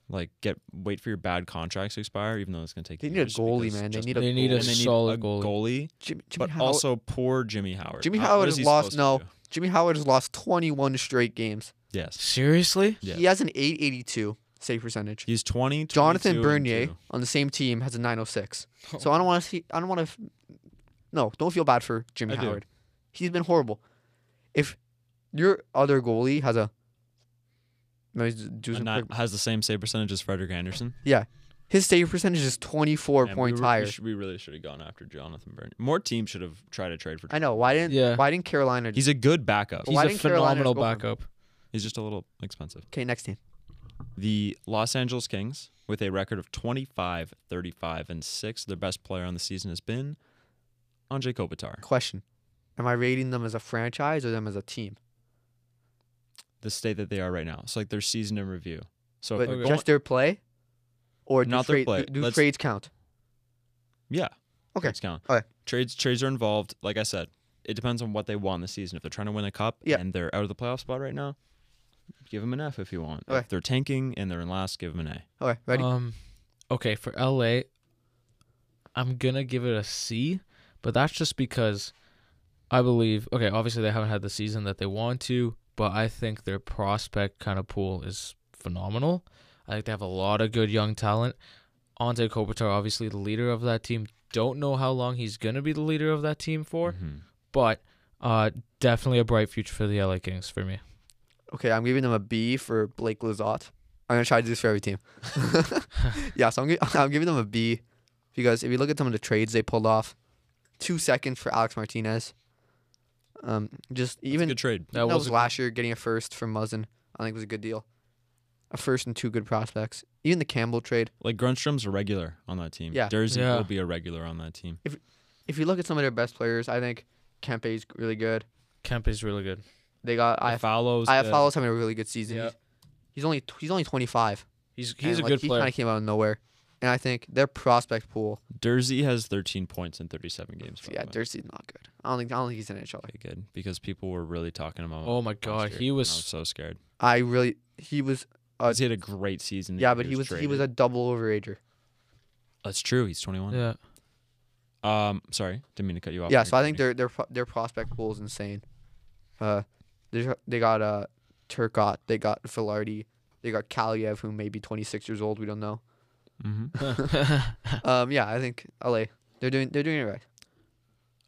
like get wait for your bad contracts to expire, even though it's gonna take.
They need a
years
goalie,
because
man. They
just-
need a
They need a
and they need
solid
a
goalie.
goalie.
Jimmy, Jimmy
but
Howard,
also poor Jimmy Howard.
Jimmy
Uh, what
Howard
is
has
he
lost no.
supposed to do?
Jimmy Howard has lost 21 straight games.
Yes,
Seriously?
Yeah.
He has an 882 save percentage.
he's twenty.
Jonathan
22, and
Bernier
two.
on the same team has a 906. So I don't want to see. I don't want to. No, don't feel bad for Jimmy
I do.
Howard. He's been horrible. If your other goalie has a, no, he's do some
And that
quick-
has the same save percentage as Frederick Anderson.
yeah, his save percentage is 24
Man,
points
we were-
higher.
We, should- we really should have gone after Jonathan Bernier. More teams should have tried to trade for.
I know why didn't
Yeah.
why didn't Carolina?
He's a good backup.
But
He's
why
a
didn't Carolina
phenomenal
go for
backup.
He's just a little expensive.
okay, next team.
The Los Angeles Kings, with a record of 25, 35, and 6, their best player on the season has been Andre Kopitar.
Question: Am I rating them as a franchise or them as a team?
The state that they are right now. It's like their season in review. So, if
But
they're
Okay.
going-
just their play, or do
Not their
trade-
play.
Do, do
Let's-
trades count?
yeah.
Okay.
It's count.
Okay.
Trades, trades are involved. Like I said, it depends on what they want this season. If they're trying to win a cup
Yeah.
and they're out of the playoff spot right now, give them an F if you want.
Okay.
If they're tanking and they're in last, give them an A.
Okay, ready?
Um, okay, for LA, I'm gonna give it a C, but that's just because I believe. Okay, obviously they haven't had the season that they want to, but I think their prospect kind of pool is phenomenal. I think they have a lot of good young talent. Ante Kopitar, obviously the leader of that team. Don't know how long he's gonna be the leader of that team
Mm-hmm.
for,
Mhm.
but uh, definitely a bright future for the LA Kings for me.
Okay, I'm giving them a B for Blake Lizotte. I'm gonna try to do this for every team. yeah, so I'm, gi- I'm giving them a B because if you look at some of the trades they pulled off, two seconds for Alex Martinez. Um, just even
Good trade.
That
that
was
was
a-
last year getting a first from Muzzin. I think was a good deal. A first and two good prospects. Even the Campbell trade.
Like Grunstrom's a regular on that team.
Yeah.
Dersey
Yeah.
will be a regular on that team.
If you look at some of their best players, I think Kempe's really good.
Kemp is really good.
They got I
follows.
I follows having a really good season.
Yeah.
He's, he's only he's only 25.
He's he's
and,
a
like,
good
he
player.
Kind of came out of nowhere, and I think their prospect pool
Dersey has 13 points in 37 games. by the
Yeah,
way.
Dursey's not good. I don't think I don't think he's an NHL.
Okay, good because people were really talking about.
Oh my
last
god,
year,
he
and I
was
was so scared.
I really he was
'Cause he had a great season. the
Uh, yeah,
year
but he was he
traded.
was a double overager.
That's true. He's 21.
yeah.
Um, sorry, didn't mean to cut you off.
yeah,
when
so
you're
I think
talking.
their their pro- their prospect pool is insane. Uh, they they got uh Turcotte, they got Filardi, they got Kaliev, who may be 26 years old. We don't know.
Mhm.
Um, yeah, I think LA they're doing they're doing it right.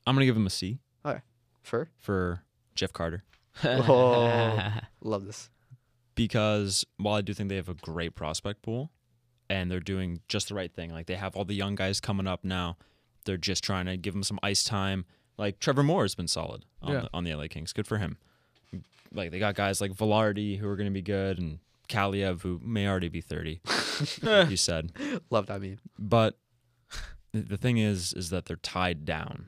I'm gonna give him a C
Fur,
for Jeff Carter
Oh. love this.
because while I do think they have a great prospect pool, and they're doing just the right thing. Like they have all the young guys coming up now. They're just trying to give them some ice time. Like Trevor Moore has been solid on,
Yeah.
the, on the LA Kings. Good for him. Like they got guys like Velarde who are going to be good and Kaliev who may already be 30. like you said.
Love that meme.
But th- the thing is, is that they're tied down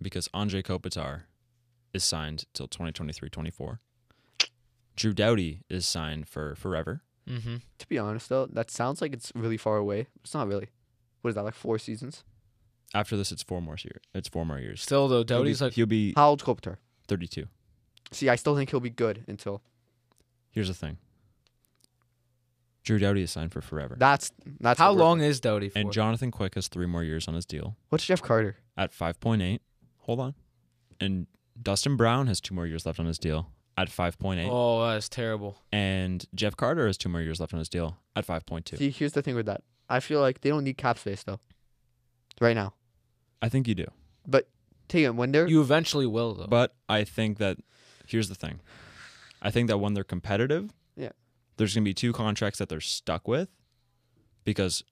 because Andre Kopitar is signed till 2023-24. Drew Doughty is signed for forever.
mm-hmm.
To be honest though, that sounds like it's really far away. It's not really. What is that like four seasons?
After this, it's four more years. It's four more years.
Still though,
He'll be-
Doughty's like
he'll be
How old's Kopitar?
32.
See, I still think he'll be good until
Here's the thing. Drew Doughty is signed for forever.
that's that's
how
what we're-
long is Doughty for?
and Jonathan Quick has three more years on his deal
What's Jeff Carter?
at 5.8. Hold on. And Dustin Brown has two more years left on his deal at 5.8.
oh, that's terrible.
And Jeff Carter has two more years left on his deal at 5.2.
See, here's the thing with that. I feel like they don't need cap space though, right now.
I think you do.
But take it when they're
You eventually will though.
But I think that here's the thing. I think that when they're competitive,
Yeah.
there's gonna be two contracts that they're stuck with because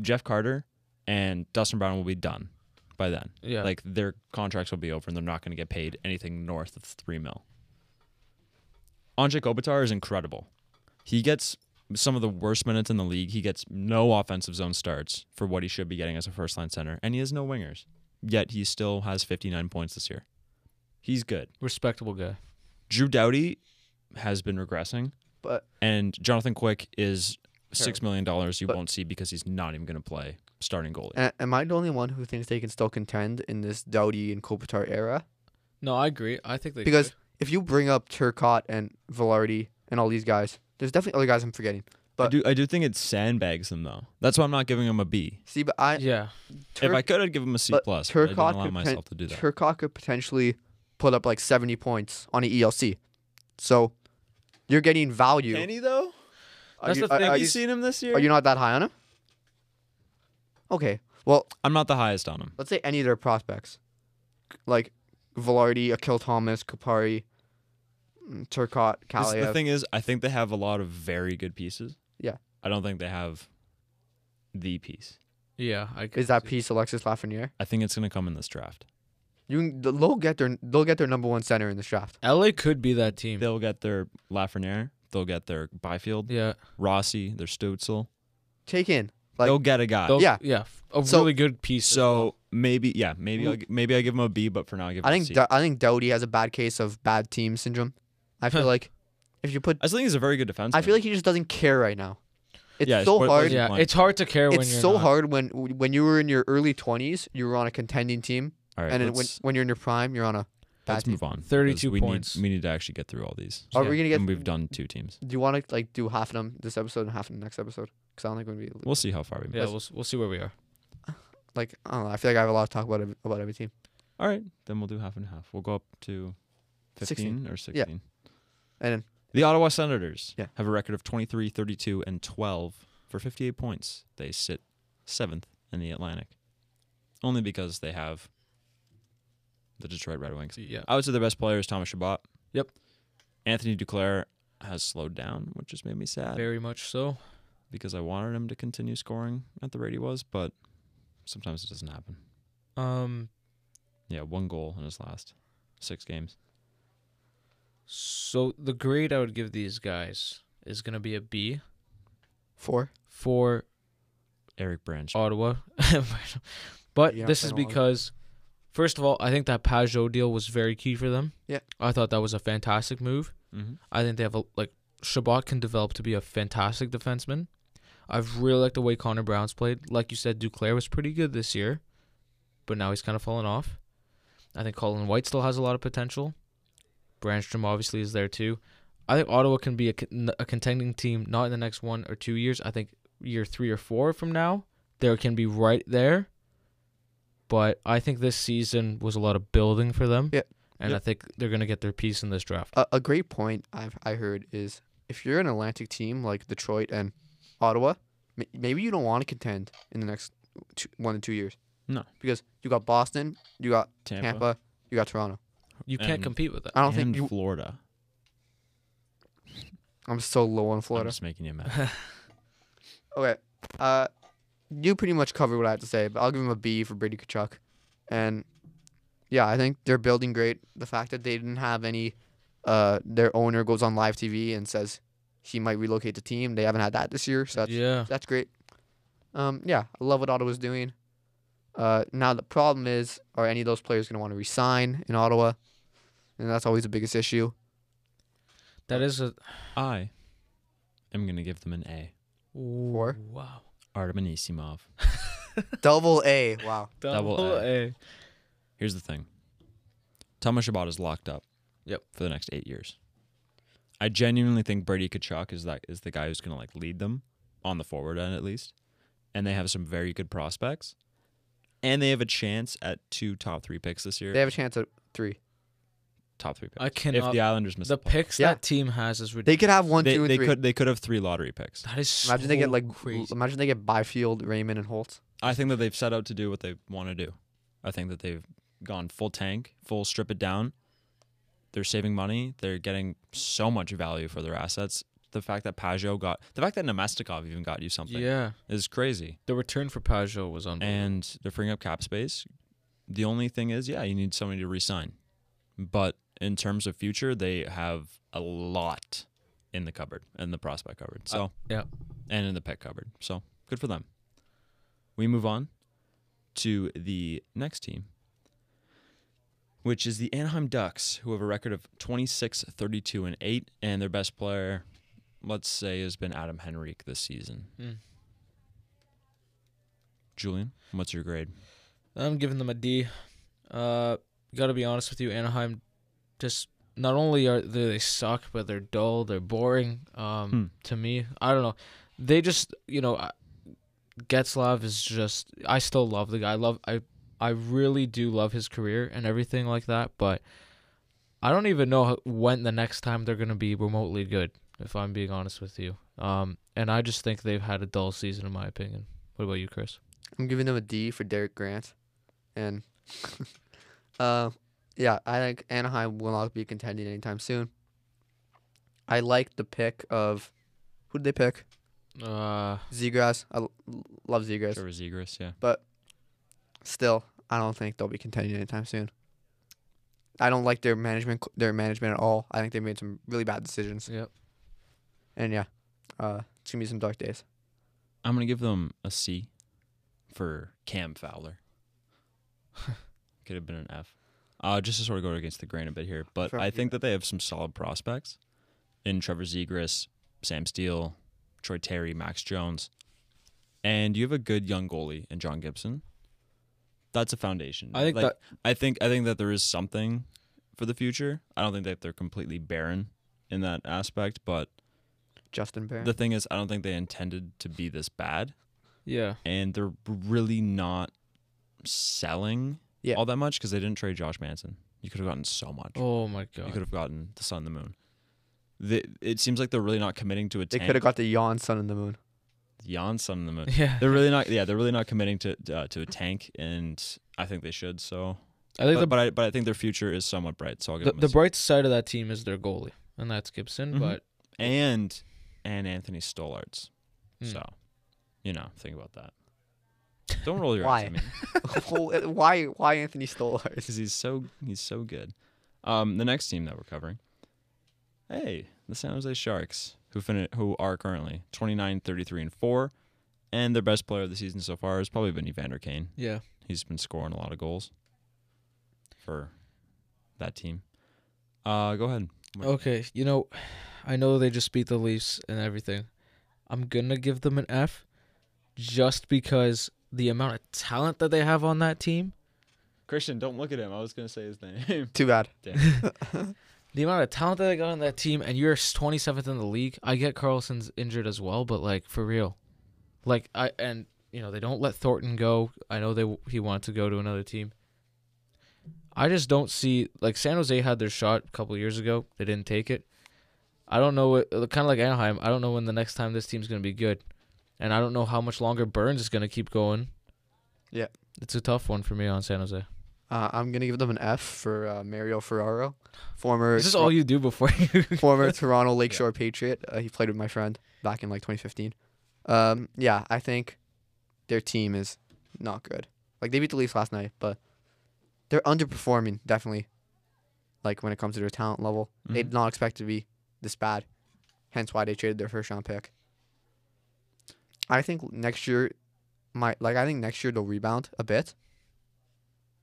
Jeff Carter and Dustin Brown will be done by then.
yeah,
Like their contracts will be over and they're not gonna get paid anything north of three mil. Andre Kopitar is incredible. He gets some of the worst minutes in the league. He gets no offensive zone starts for what he should be getting as a first line center, and he has no wingers. Yet he still has 59 points this year. He's good.
respectable guy.
Drew Doughty has been regressing,
but
and Jonathan Quick is six
Terrible.
million dollars you
But-
won't see because he's not even going to play starting goalie.
a- am I the only one who thinks they can still contend in this Doughty and Kopitar era?
No, I agree. I think they
Because
could.
if you bring up Turcotte and Velarde and all these guys, there's definitely other guys I'm forgetting.
I
But-
do I do think it sandbags them though. That's why I'm not giving him a B.
See, but I
Yeah.
if I
Turk-
could, I'd give him a C
but
plus. but I didn't
Turcotte
allow
could
myself to do that.
Turcotte could potentially put up like 70 points on an ELC. So you're getting value.
Can he though?
Are
That's
you-
the
are-
thing,
Uh, Are
Have
you,
you seen him this year?
are you not that high on him? Okay. Well,
I'm not the highest on him.
let's say any of their prospects, like Velarde, Akil Thomas, Kapari, mm, Turcotte,
This-
Kaliev.
The thing is, I think they have a lot of very good pieces.
Yeah.
I don't think they have the piece.
Yeah. I could
Is that
see-
piece Alexis Lafreniere?
I think it's gonna come in this draft.
You can- they'll get their they'll get their number one center in this draft.
LA could be that team.
They'll get their Lafreniere. They'll get their Byfield,
yeah.
Rossi, their Stutzel.
Take in Like-
they'll get a guy.
They'll-
Yeah.
Yeah. A
So-
really good piece. as well.
Uh, So maybe, yeah, maybe I'll, g- maybe I give him a B, but for now I give him
I
a
think
C.
Dou- I think Doughty has a bad case of bad team syndrome. I feel like if you put,
I still think he's a very good defenseman.
I feel like he just doesn't care right now. It's
Yeah, it's
so
what-
hard.
Good
Yeah.
point.
It's hard to care when
It's
you're
so
not-
hard when when you were in your early twenties, you were on a contending team,
All right,
and then when
let's,
when you're in your prime, you're on a bad
let's
team.
move on.
32
because we
points.
Need, we need to actually get through all these.
Are
Yeah.
we gonna get?
and we've done two teams.
Do you want to like do half of them this episode and half of the next episode? Because I don't think we're gonna be
We'll see how far we make.
Yeah. We'll, s- we'll see where we are.
like I don't know. I feel like I have a lot to talk about ev- about every team.
All right, then we'll do half and half. We'll go up to 15
16.
or 16.
And then
The Ottawa Senators
Yeah.
have a record of 23, 32, and 12 for 58 points. They sit seventh in the Atlantic, only because they have the Detroit Red Wings.
Yeah.
I would say the best player is Thomas Shabbat.
Yep.
Anthony Duclair has slowed down, which has made me sad
Very much so.
because I wanted him to continue scoring at the rate he was, but sometimes it doesn't happen.
Um.
Yeah, one goal in his last six games.
So the grade I would give these guys is gonna be a B
four.
for
Eric Branch.
Ottawa. but
You're not
this is
playing Ottawa.
because, first of all, I think that Pajot deal was very key for them.
Yeah.
I thought that was a fantastic move.
Mm-hmm.
I think they have a like Shabbat can develop to be a fantastic defenseman. I've really liked the way Connor Brown's played. Like you said, Duclair was pretty good this year, but now he's kind of fallen off. I think Colin White still has a lot of potential. Branstrom obviously is there too. I think Ottawa can be a, con- a contending team not in the next one or two years. I think year three or four from now, there can be right there. But I think this season was a lot of building for them.
Yeah.
And
Yep.
I think they're going to get their piece in this draft.
A, a great point I've I heard is if you're an Atlantic team like Detroit and Ottawa, m- maybe you don't want to contend in the next two, one to two years.
No.
because you got Boston, you got Tampa,
Tampa
you got Toronto.
You can't
And-
compete with that.
I don't think
and
you.
Florida.
I'm so low on Florida.
I'm just making you mad.
Okay. Uh, you pretty much covered what I had to say, but I'll give him a B for Brady Kachuk. And yeah, I think they're building great. The fact that they didn't have any, uh, their owner goes on live TV and says he might relocate the team. They haven't had that this year, so that's,
yeah.
that's great. Um, yeah, I love what Ottawa's doing. Uh, now the problem is, are any of those players going to want to resign in Ottawa? And that's always the biggest issue.
That is a
I am going to give them an A.
Four.
Wow.
Artem Anisimov.
Double A. Wow.
Double Double A. Here's the thing. Thomas Shabbat is locked up.
Yep.
For the next eight years. I genuinely think Brady Kachuk is that is the guy who's gonna like lead them on the forward end at least. And they have some very good prospects. And they have a chance at two top three picks this year.
They have a chance at three.
top three picks.
I
if
cannot.
the Islanders miss
the
the playoffs.
picks
Yeah.
that team has is
They
ridiculous.
could have one,
they,
two, and
they
three.
could they could have three lottery picks.
that is so
Imagine they get like
crazy.
imagine they get Byfield, Raymond, and Holt.
I think that they've set out to do what they want to do. I think that they've gone full tank, full strip it down. They're saving money. They're getting so much value for their assets. The fact that Pajot got, the fact that Nemestikov even got you something
Yeah.
is crazy.
The return for Pajot was unbelievable.
And they're freeing up cap space. The only thing is, yeah, you need somebody to resign. But in terms of future, they have a lot in the cupboard, in the prospect cupboard. So
yeah.
and in the pet cupboard. So good for them. We move on to the next team, which is the Anaheim Ducks, who have a record of 26, 32, and 8. And their best player, let's say, has been Adam Henrique this season.
Mm.
Julian, what's your grade?
I'm giving them a D. Uh, gotta be honest with you, Anaheim. Just not only are they, they suck, but they're dull. They're boring. Um,
Hmm.
to me, I don't know. they just you know I- Getzlav is just I still love the guy. I love I I really do love his career and everything like that, but I don't even know how- when the next time they're going to be remotely good if I'm being honest with you. Um and I just think they've had a dull season in my opinion. What about you, Chris?
I'm giving them a D for Derek Grant, and uh, yeah, I think Anaheim will not be contending anytime soon. I like the pick of who did they pick?
Uh
Zegras. I l- love Zegras,
Trevor Zegras, yeah.
but still, I don't think they'll be contending anytime soon. I don't like their management, c- their management at all. I think they made some really bad decisions,
yep.
and yeah, uh, it's gonna be some dark days.
I'm gonna give them a C for Cam Fowler. Could have been an F. Uh, just to sort of go against the grain a bit here, but
Fair,
I think
yeah.
that they have some solid prospects in Trevor Zegras, Sam Steele, Troy Terry, Max Jones, and you have a good young goalie in John Gibson. That's a foundation.
I think
Like,
that
I think I think that there is something for the future. I don't think that they're completely barren in that aspect, but
Justin Barron.
the thing is, I don't think they intended to be this bad
yeah.
and they're really not selling
Yeah.
all that much because they didn't trade Josh Manson. You could have gotten so much.
Oh my
You could
god.
have gotten the sun, the moon. The, it seems like they're really not committing to a
they
tank.
could have got the yawn sun in the moon.
Jan sun and the moon.
Yeah.
They're really not. Yeah, they're really not committing to uh, to a tank, and I think they should. So,
I think
but,
the
but I but I think their future is somewhat bright. So I'll give
the,
them
the
a C.
bright side of that team is their goalie, and that's Gibson.
Mhm.
But
and and Anthony Stollards.
Mm.
So, you know, think about that. Don't roll your eyes
Why?
at me.
why? Why Anthony Stolarz?
because he's so he's so good. Um, the next team that we're covering, hey, the San Jose Sharks, who fin- who are currently 29, 33, and four, and their best player of the season so far has probably been Evander Kane.
yeah,
He's been scoring a lot of goals for that team. Uh, go ahead. What-
Okay, you know, I know they just beat the Leafs and everything. I'm gonna give them an F, just because the amount of talent that they have on that team,
Christian, don't look at him. I was gonna say his name.
Too bad.
the amount of talent that they got on that team, and you're 27th in the league. I get Carlson's injured as well, but like for real, like I and you know they don't let Thornton go. I know they he wanted to go to another team. I just don't see like San Jose had their shot a couple years ago. They didn't take it. I don't know what kind of like Anaheim. I don't know when the next time this team's gonna be good, and I don't know how much longer Burns is gonna keep going.
Yeah.
it's a tough one for me on San Jose.
Uh, I'm gonna give them an F for uh, Mario Ferraro, former
Is this
Tor-
all you do before you?
former Toronto Lakeshore Patriot. Uh, he played with my friend back in like 2015. Um, yeah, I think their team is not good. Like they beat the Leafs last night, but they're underperforming definitely. Like when it comes to their talent level, they
Mhm.
did not expect to be this bad. Hence why they traded their first round pick. I think next year, my like I think next year they'll rebound a bit.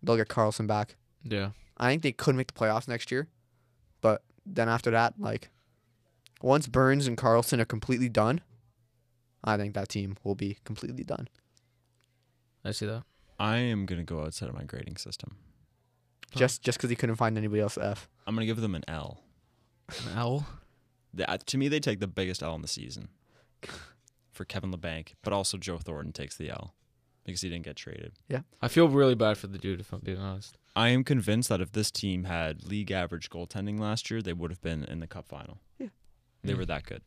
They'll get Carlson back.
yeah,
I think they could make the playoffs next year, but then after that, like once Burns and Carlson are completely done, I think that team will be completely done.
I see that.
I am gonna go outside of my grading system.
Huh.
Just just because he couldn't find anybody else to F.
I'm gonna give them an L.
An owl.
That, to me, they take the biggest L in the season for Kevin LeBanc, but also Joe Thornton takes the L because he didn't get traded.
I feel really bad for the dude, if I'm being honest.
I am convinced that if this team had league average goaltending last year, they would have been in the cup final.
Yeah.
They
Mm.
were that good.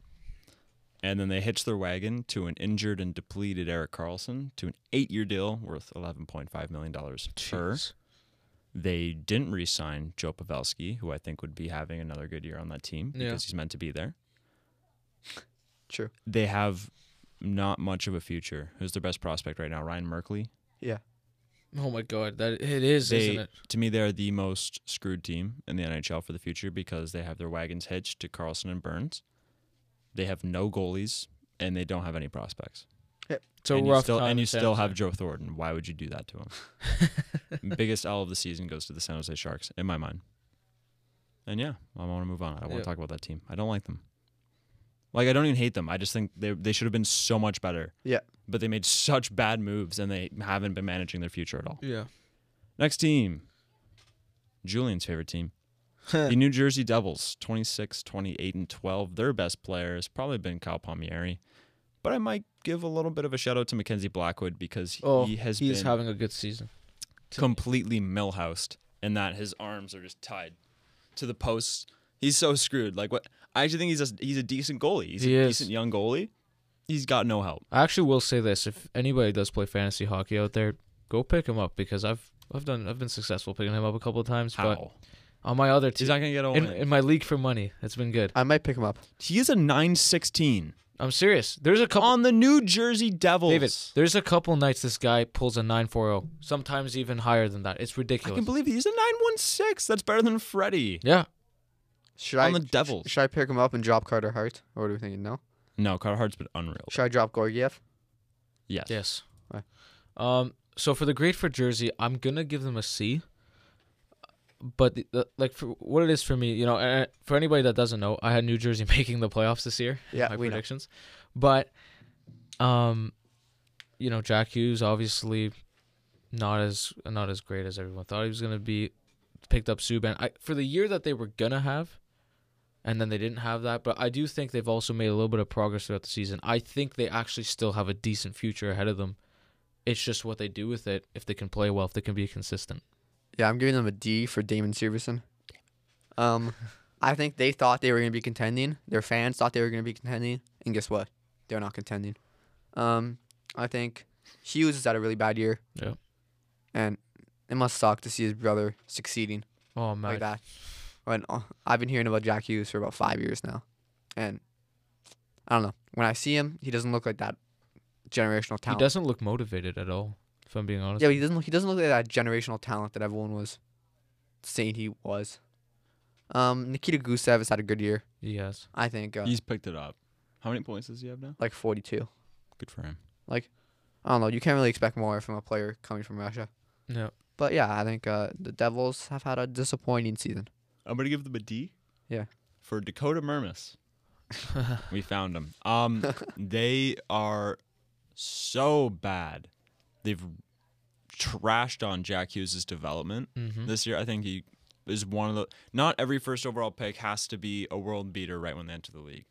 And then they hitched their wagon to an injured and depleted Eric Carlson to an eight year deal worth $11.5 million per. They didn't re sign Joe Pavelski, who I think would be having another good year on that team
Yeah.
because he's meant to be there.
True.
they have not much of a future. Who's their best prospect right now? Ryan Merkley.
Oh my god, that it is,
They-
isn't it?
To me, they are the most screwed team in the NHL for the future because they have their wagons hitched to Carlson and Burns. They have no goalies and they don't have any prospects.
It's a
and
rough
you still,
time.
and
in
you
San
still
Jose.
have Joe Thornton. Why would you do that to him? Biggest L of the season goes to the San Jose Sharks in my mind. And yeah, I want to move on. I don't want
Yeah.
to talk about that team. I don't like them. Like I don't even hate them. I just think they they should have been so much better.
Yeah.
But they made such bad moves and they haven't been managing their future at all.
Yeah.
Next team. Julian's favorite team. the New Jersey Devils, 26, 28, and 12. Their best player has probably been Kyle Palmieri. But I might give a little bit of a shout out to Mackenzie Blackwood because
Oh,
he has
he's
been
having a good season.
completely millhoused and that his arms are just tied to the posts. He's so screwed. Like what I actually think he's a, he's a decent goalie. He's
He
a
is.
decent young goalie. He's got no help.
I actually will say this: if anybody does play fantasy hockey out there, go pick him up because I've I've done I've been successful picking him up a couple of times. But
How?
on my other
He's
team,
not gonna get a
in,
win.
in my league for money, it's been good.
I might pick him up.
he is a nine sixteen
I'm serious. There's a couple.
on the New Jersey Devils.
David, there's a couple nights this guy pulls a 940, sometimes even higher than that. It's
I
ridiculous.
can believe he's a nine one six. That's better than Freddie.
yeah.
Should
On
I
the Devils.
sh- should I pick him up and drop Carter Hart? Or what are we thinking? No.
No, Carter Hart's been unreal.
Should I drop Gorgiev?
Yes.
Yes.
Why?
Um. So for the grade for Jersey, I'm gonna give them a C. But the, the, like for what it is for me, you know, uh, for anybody that doesn't know, I had New Jersey making the playoffs this year. in
Yeah,
my
we know.
predictions. But, um, you know, Jack Hughes obviously not as not as great as everyone thought he was gonna be. Picked up Subban I, for the year that they were gonna have, and then they didn't have that. But I do think they've also made a little bit of progress throughout the season. I think they actually still have a decent future ahead of them. It's just what they do with it. If they can play well, if they can be consistent.
Yeah, I'm giving them a D for Damon Severson. Um, I think they thought they were going to be contending. Their fans thought they were going to be contending, and guess what? They're not contending. Um, I think Hughes has had a really bad year.
Yeah.
And it must suck to see his brother succeeding
Oh man,
like that. When uh, I've been hearing about Jack Hughes for about five years now, and I don't know. When I see him, he doesn't look like that generational
he
talent.
doesn't look motivated at all. If I'm being honest.
Yeah, but he doesn't. Look, he doesn't look like that generational talent that everyone was saying he was. Um, Nikita Gusev has had a good year,
Yes.
I think. Uh,
He's picked it up. How many points does he have now?
like 42.
Good for him.
I don't know. You can't really expect more from a player coming from Russia.
Yeah.
But yeah, I think uh, the Devils have had a disappointing season.
I'm gonna give them a D.
Yeah.
For Dakota Mermis. we found him. Um, they are so bad. They've trashed on Jack Hughes' development
Mm-hmm.
this year. I think he is one of the. Not every first overall pick has to be a world beater right when they enter the league.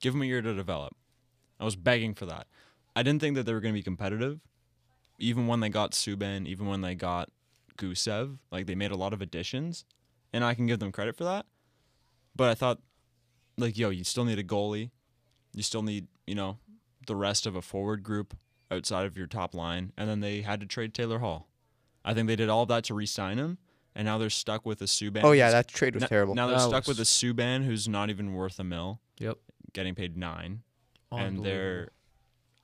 Give him a year to develop. I was begging for that. I didn't think that they were going to be competitive, even when they got Subban, even when they got Gusev. Like they made a lot of additions, and I can give them credit for that. But I thought, like, yo, you still need a goalie. You still need, you know, the rest of a forward group outside of your top line. And then they had to trade Taylor Hall. I think they did all of that to re-sign him, and now they're stuck with a Subban.
Oh yeah,
who's-
that trade was
N-
terrible.
Now they're
That
stuck with
was-
a Subban who's not even worth a mil,
Yep.
getting paid nine, and they're,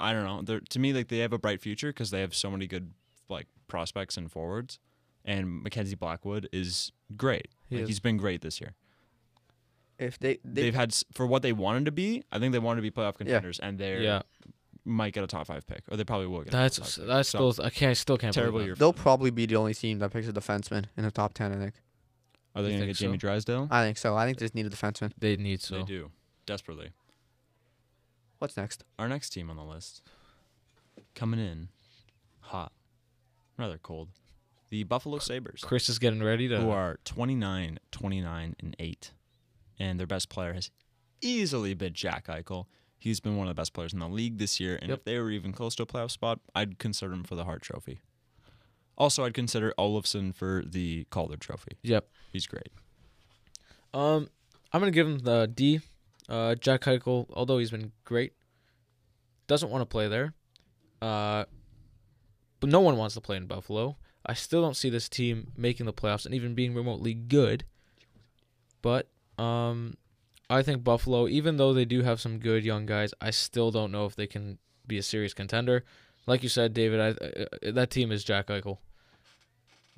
I don't know. They're to me like they have a bright future because they have so many good like prospects and forwards, and Mackenzie Blackwood is great.
He
like
is.
he's been great this year.
if they,
They,
they
have had s- for what they wanted to be. I think they wanted to be playoff contenders, and they
yeah.
might get a top five pick, or they probably will get. a top
That's
five pick.
that's
So,
still I can't I still can't believe
terrible
that.
year. for
they'll
them.
probably be the only team that picks a defenseman in the top ten. I think.
Are they
You
going to get
think
Jamie
so?
Drysdale?
I think so. I think they just need a defenseman.
They need so.
They do desperately.
What's next?
Our next team on the list, coming in hot, rather cold, the Buffalo Sabres,
Chris is getting ready to.
who are 29, 29, and 8. And their best player has easily been Jack Eichel. He's been one of the best players in the league this year. And
Yep.
if they were even close to a playoff spot, I'd consider him for the Hart Trophy. Also, I'd consider Olafson for the Calder Trophy.
Yep.
He's great.
Um, I'm gonna give him the D. Uh, Jack Eichel, although he's been great, doesn't want to play there. Uh, but no one wants to play in Buffalo. I still don't see this team making the playoffs and even being remotely good. But um, I think Buffalo, even though they do have some good young guys, I still don't know if they can be a serious contender. Like you said, David, I, uh, that team is Jack Eichel.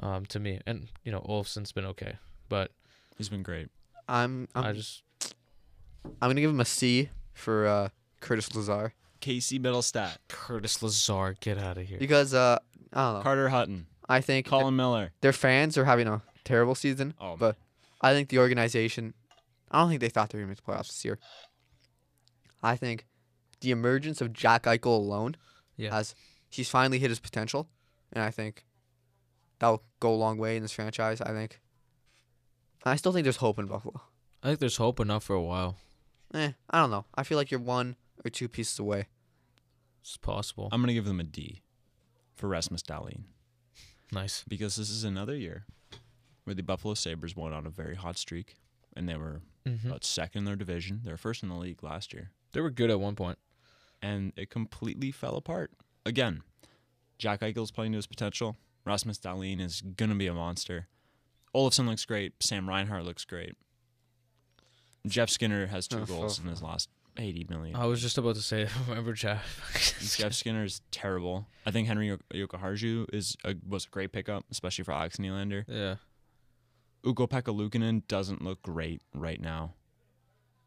Um, to me, and you know, Olafson's been okay, but
He's been great.
I'm I'm,
I just
I'm gonna give him a C for uh, Curtis Lazar
Casey Middlestat,
Curtis Lazar, get out of here.
because uh, I don't know.
Carter Hutton,
I think
Colin Miller.
their fans are having a terrible season.
Oh,
but I think the organization, I don't think they thought they were going to make the playoffs this year. I think the emergence of Jack Eichel alone
Yeah.
has he's finally hit his potential, and I think that'll go a long way in this franchise. I think. I still think there's hope in Buffalo.
I think there's hope enough for a while.
Eh, I don't know. I feel like you're one or two pieces away
It's possible.
I'm gonna give them a D for Rasmus Dahlin
nice.
because this is another year where the Buffalo Sabres went on a very hot streak and they were
Mm-hmm.
hmm
about second in their division. They were first in the league last year.
They were good at one point.
and it completely fell apart. Again, Jack Eichel's playing to his potential. Rasmus Dahlin is gonna be a monster. Olafson looks great. Sam Reinhart looks great. Jeff Skinner has two
Oh,
goals
fuck. Oh,
in his last 80 million.
I was just about to say, remember Jeff?
Jeff Skinner is terrible. I think Henry Yo- Yokoharju is a, was a great pickup, especially for Alex Nylander.
yeah.
Uko Pekalukinen doesn't look great right now,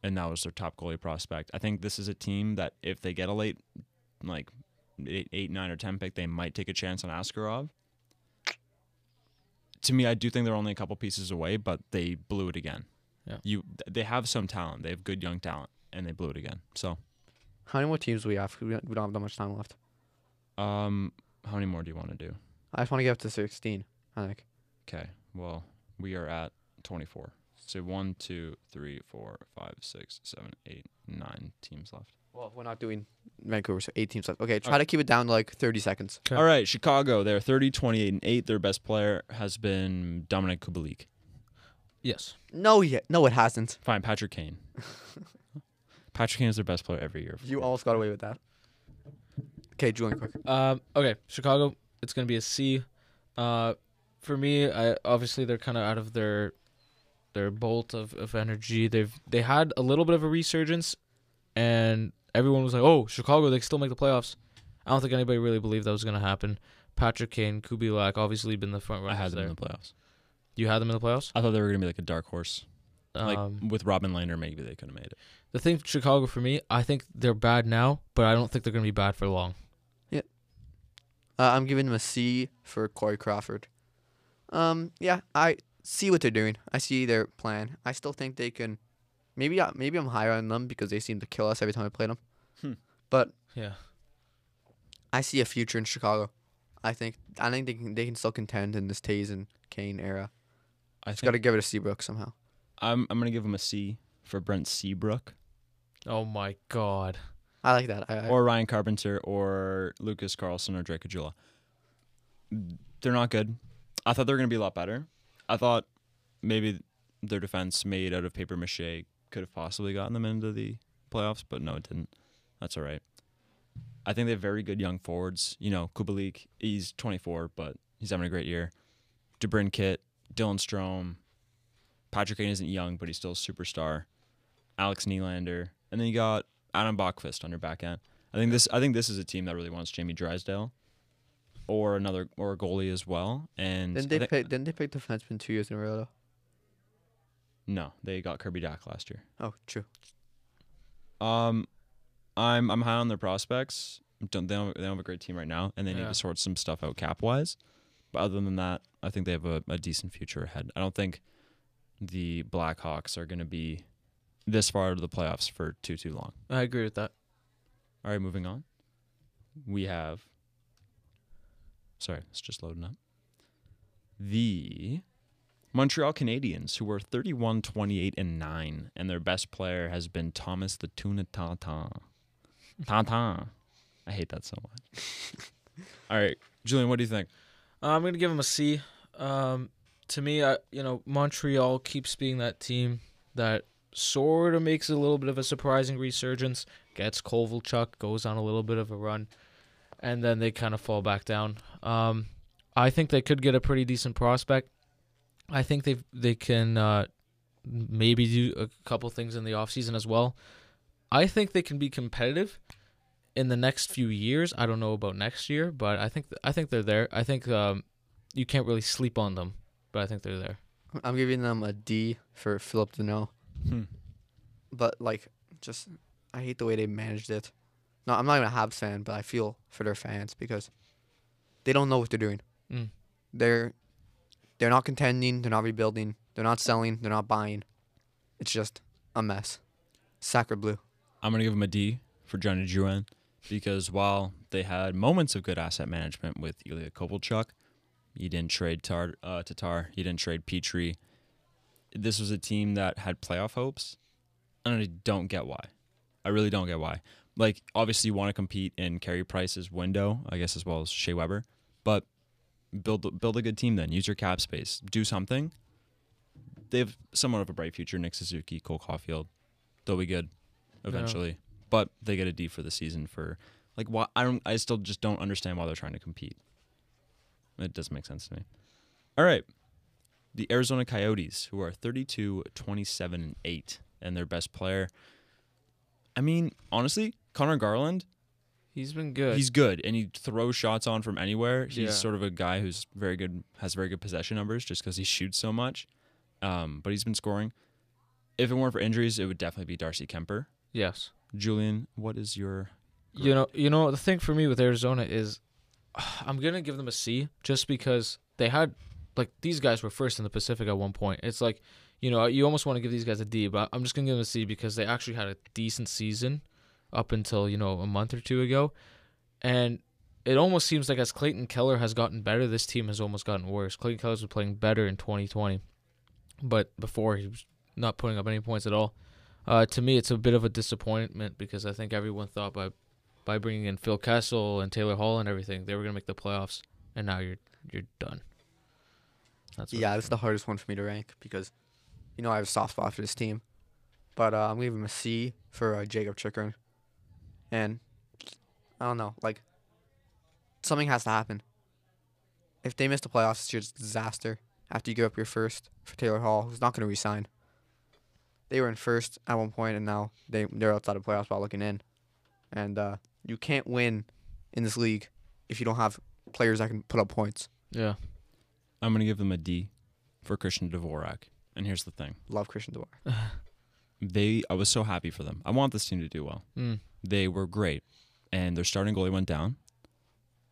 and that was their top goalie prospect. I think this is a team that if they get a late, like eight, eight nine, or ten pick, they might take a chance on Askarov. To me, I do think they're only a couple pieces away, but they blew it again.
Yeah.
you they have some talent. They have good young talent, and they blew it again. So,
How many more teams do we have? 'Cause We don't we don't have that much time left.
um, how many more do you want to do?
I just want to get up to 16, I think.
Okay, well, we are at 24. So one, two, three, four, five, six, seven, eight, nine teams left.
Well, we're not doing Vancouver, so eight teams left. Okay, try to keep it down to like 30 seconds.
Okay.
All right, Chicago. They're 30, 28, and 8. Their best player has been Dominic Kubalik.
Yes.
No, yet. No, it hasn't.
Fine, Patrick Kane. Patrick Kane is their best player every year.
You almost got away with that. Okay, Julian, quick.
Um, okay, Chicago. It's gonna be a C. Uh, for me, I obviously they're kind of out of their their bolt of, of energy. They've they had a little bit of a resurgence, and everyone was like, "Oh, Chicago, they can still make the playoffs." I don't think anybody really believed that was gonna happen. Patrick Kane, Kubilak, obviously been the front
I
runners
had them
there.
in the playoffs.
you had them in the playoffs.
I thought they were going to be like a dark horse. Like
um,
with Robin Lander, maybe they could have made it.
the thing, with Chicago for me, I think they're bad now, but I don't think they're gonna be bad for long.
Uh, I'm giving them a C for Corey Crawford. Um, yeah, I see what they're doing. I see their plan. I still think they can. Maybe, I, maybe I'm higher on them because they seem to kill us every time I play them.
Hmm.
But
Yeah.
I see a future in Chicago. I think I think they can they can still contend in this Tays and Kane era.
I
Just got
think
to give it to Seabrook somehow.
I'm, I'm going to give him a C for Brent Seabrook
Oh my God.
I like that. I, I,
or Ryan Carpenter or Lucas Carlson or Drake Ajula. They're not good. I thought they were going to be a lot better. I thought maybe their defense made out of paper mache could have possibly gotten them into the playoffs, but no, it didn't. That's all right. I think they have very good young forwards. You know, Kubalik, he's 24, but he's having a great year. Debrin Kit, Dylan Strom, Patrick Kane isn't young, but he's still a superstar. Alex Nylander, and then you got Adam Bachfist on your back end. I think this I think this is a team that really wants Jamie Drysdale or another or a goalie as well. And
didn't
I
they
thi-
pick? Didn't they pick defenseman two years in a row? Though?
no, they got Kirby Dak last year.
Oh, true.
Um, I'm I'm high on their prospects. Don't they don't they don't have a great team right now, and they need
Yeah.
to sort some stuff out cap wise. But other than that, I think they have a, a decent future ahead. I don't think the Blackhawks are going to be this far to the playoffs for too too long.
I agree with that.
All right, moving on. We have. Sorry, it's just loading up. The Montreal Canadiens, who were 31, 28, and 9, and their best player has been Thomas the Tuna Tata. Tata. I hate that so much. All right, Julian, what do you think?
Uh, I'm gonna give him a C. Um, to me, I you know Montreal keeps being that team that sort of makes a little bit of a surprising resurgence, gets Kovalchuk, goes on a little bit of a run, and then they kind of fall back down. Um, I think they could get a pretty decent prospect. I think they they can uh, maybe do a couple things in the offseason as well. I think they can be competitive in the next few years. I don't know about next year, but I think I think they're there. I think um, you can't really sleep on them, but I think they're there.
I'm giving them a D for Philip Deneau.
Hmm.
But like, just I hate the way they managed it. No, I'm not even a Habs fan, but I feel for their fans because they don't know what they're doing.
Mm.
They're they're not contending. They're not rebuilding. They're not selling. They're not buying. It's just a mess. Sacre blue.
I'm going to give him a D for Johnny Drouin because while they had moments of good asset management with Ilya Kovalchuk, you didn't trade Tar- uh, Tatar, you didn't trade Petrie. This was a team that had playoff hopes, and I don't get why. I really don't get why. like obviously you want to compete in Carey Price's window, I guess, as well as Shea Weber, but build build a good team. Then use your cap space, do something. They have somewhat of a bright future. Nick Suzuki, Cole Caulfield, they'll be good eventually, but they get a D for the season for like why I don't I still just don't understand why they're trying to compete. It doesn't make sense to me. All right. The Arizona Coyotes, who are 32, 27, and 8, and their best player. I mean, honestly, Connor Garland,
He's been good.
he's good and he throws shots on from anywhere. He's
Yeah.
sort of a guy who's very good, has very good possession numbers just because he shoots so much. Um, but he's been scoring. If it weren't for injuries, it would definitely be Darcy Kemper.
yes.
Julian, what is your.
You know, you know the thing for me with Arizona is I'm going to give them a C just because they had like these guys were first in the Pacific at one point. It's like, you know, you almost want to give these guys a D, but I'm just going to give them a C because they actually had a decent season up until, you know, a month or two ago. And it almost seems like as Clayton Keller has gotten better, this team has almost gotten worse. Clayton Keller's been playing better in 2020, but before he was not putting up any points at all. Uh, to me, it's a bit of a disappointment because I think everyone thought by by bringing in Phil Kessel and Taylor Hall and everything, they were gonna make the playoffs, and now you're you're done. That's what-
yeah, that's the hardest one for me to rank because, you know, I have a soft spot for this team. But uh, I'm gonna give him a C for uh, Jacob Chikrin. And I don't know, like something has to happen. If they miss the playoffs, it's just a disaster. After you give up your first for Taylor Hall, who's not gonna resign. They were in first at one point, and now they they're outside of playoffs while looking in. And uh, you can't win in this league if you don't have players that can put up points.
yeah.
I'm going to give them a D for Christian Dvorak. And here's the thing
Love Christian Dwyer.
they I was so happy for them. I want this team to do well.
Mm.
They were great, and their starting goalie went down.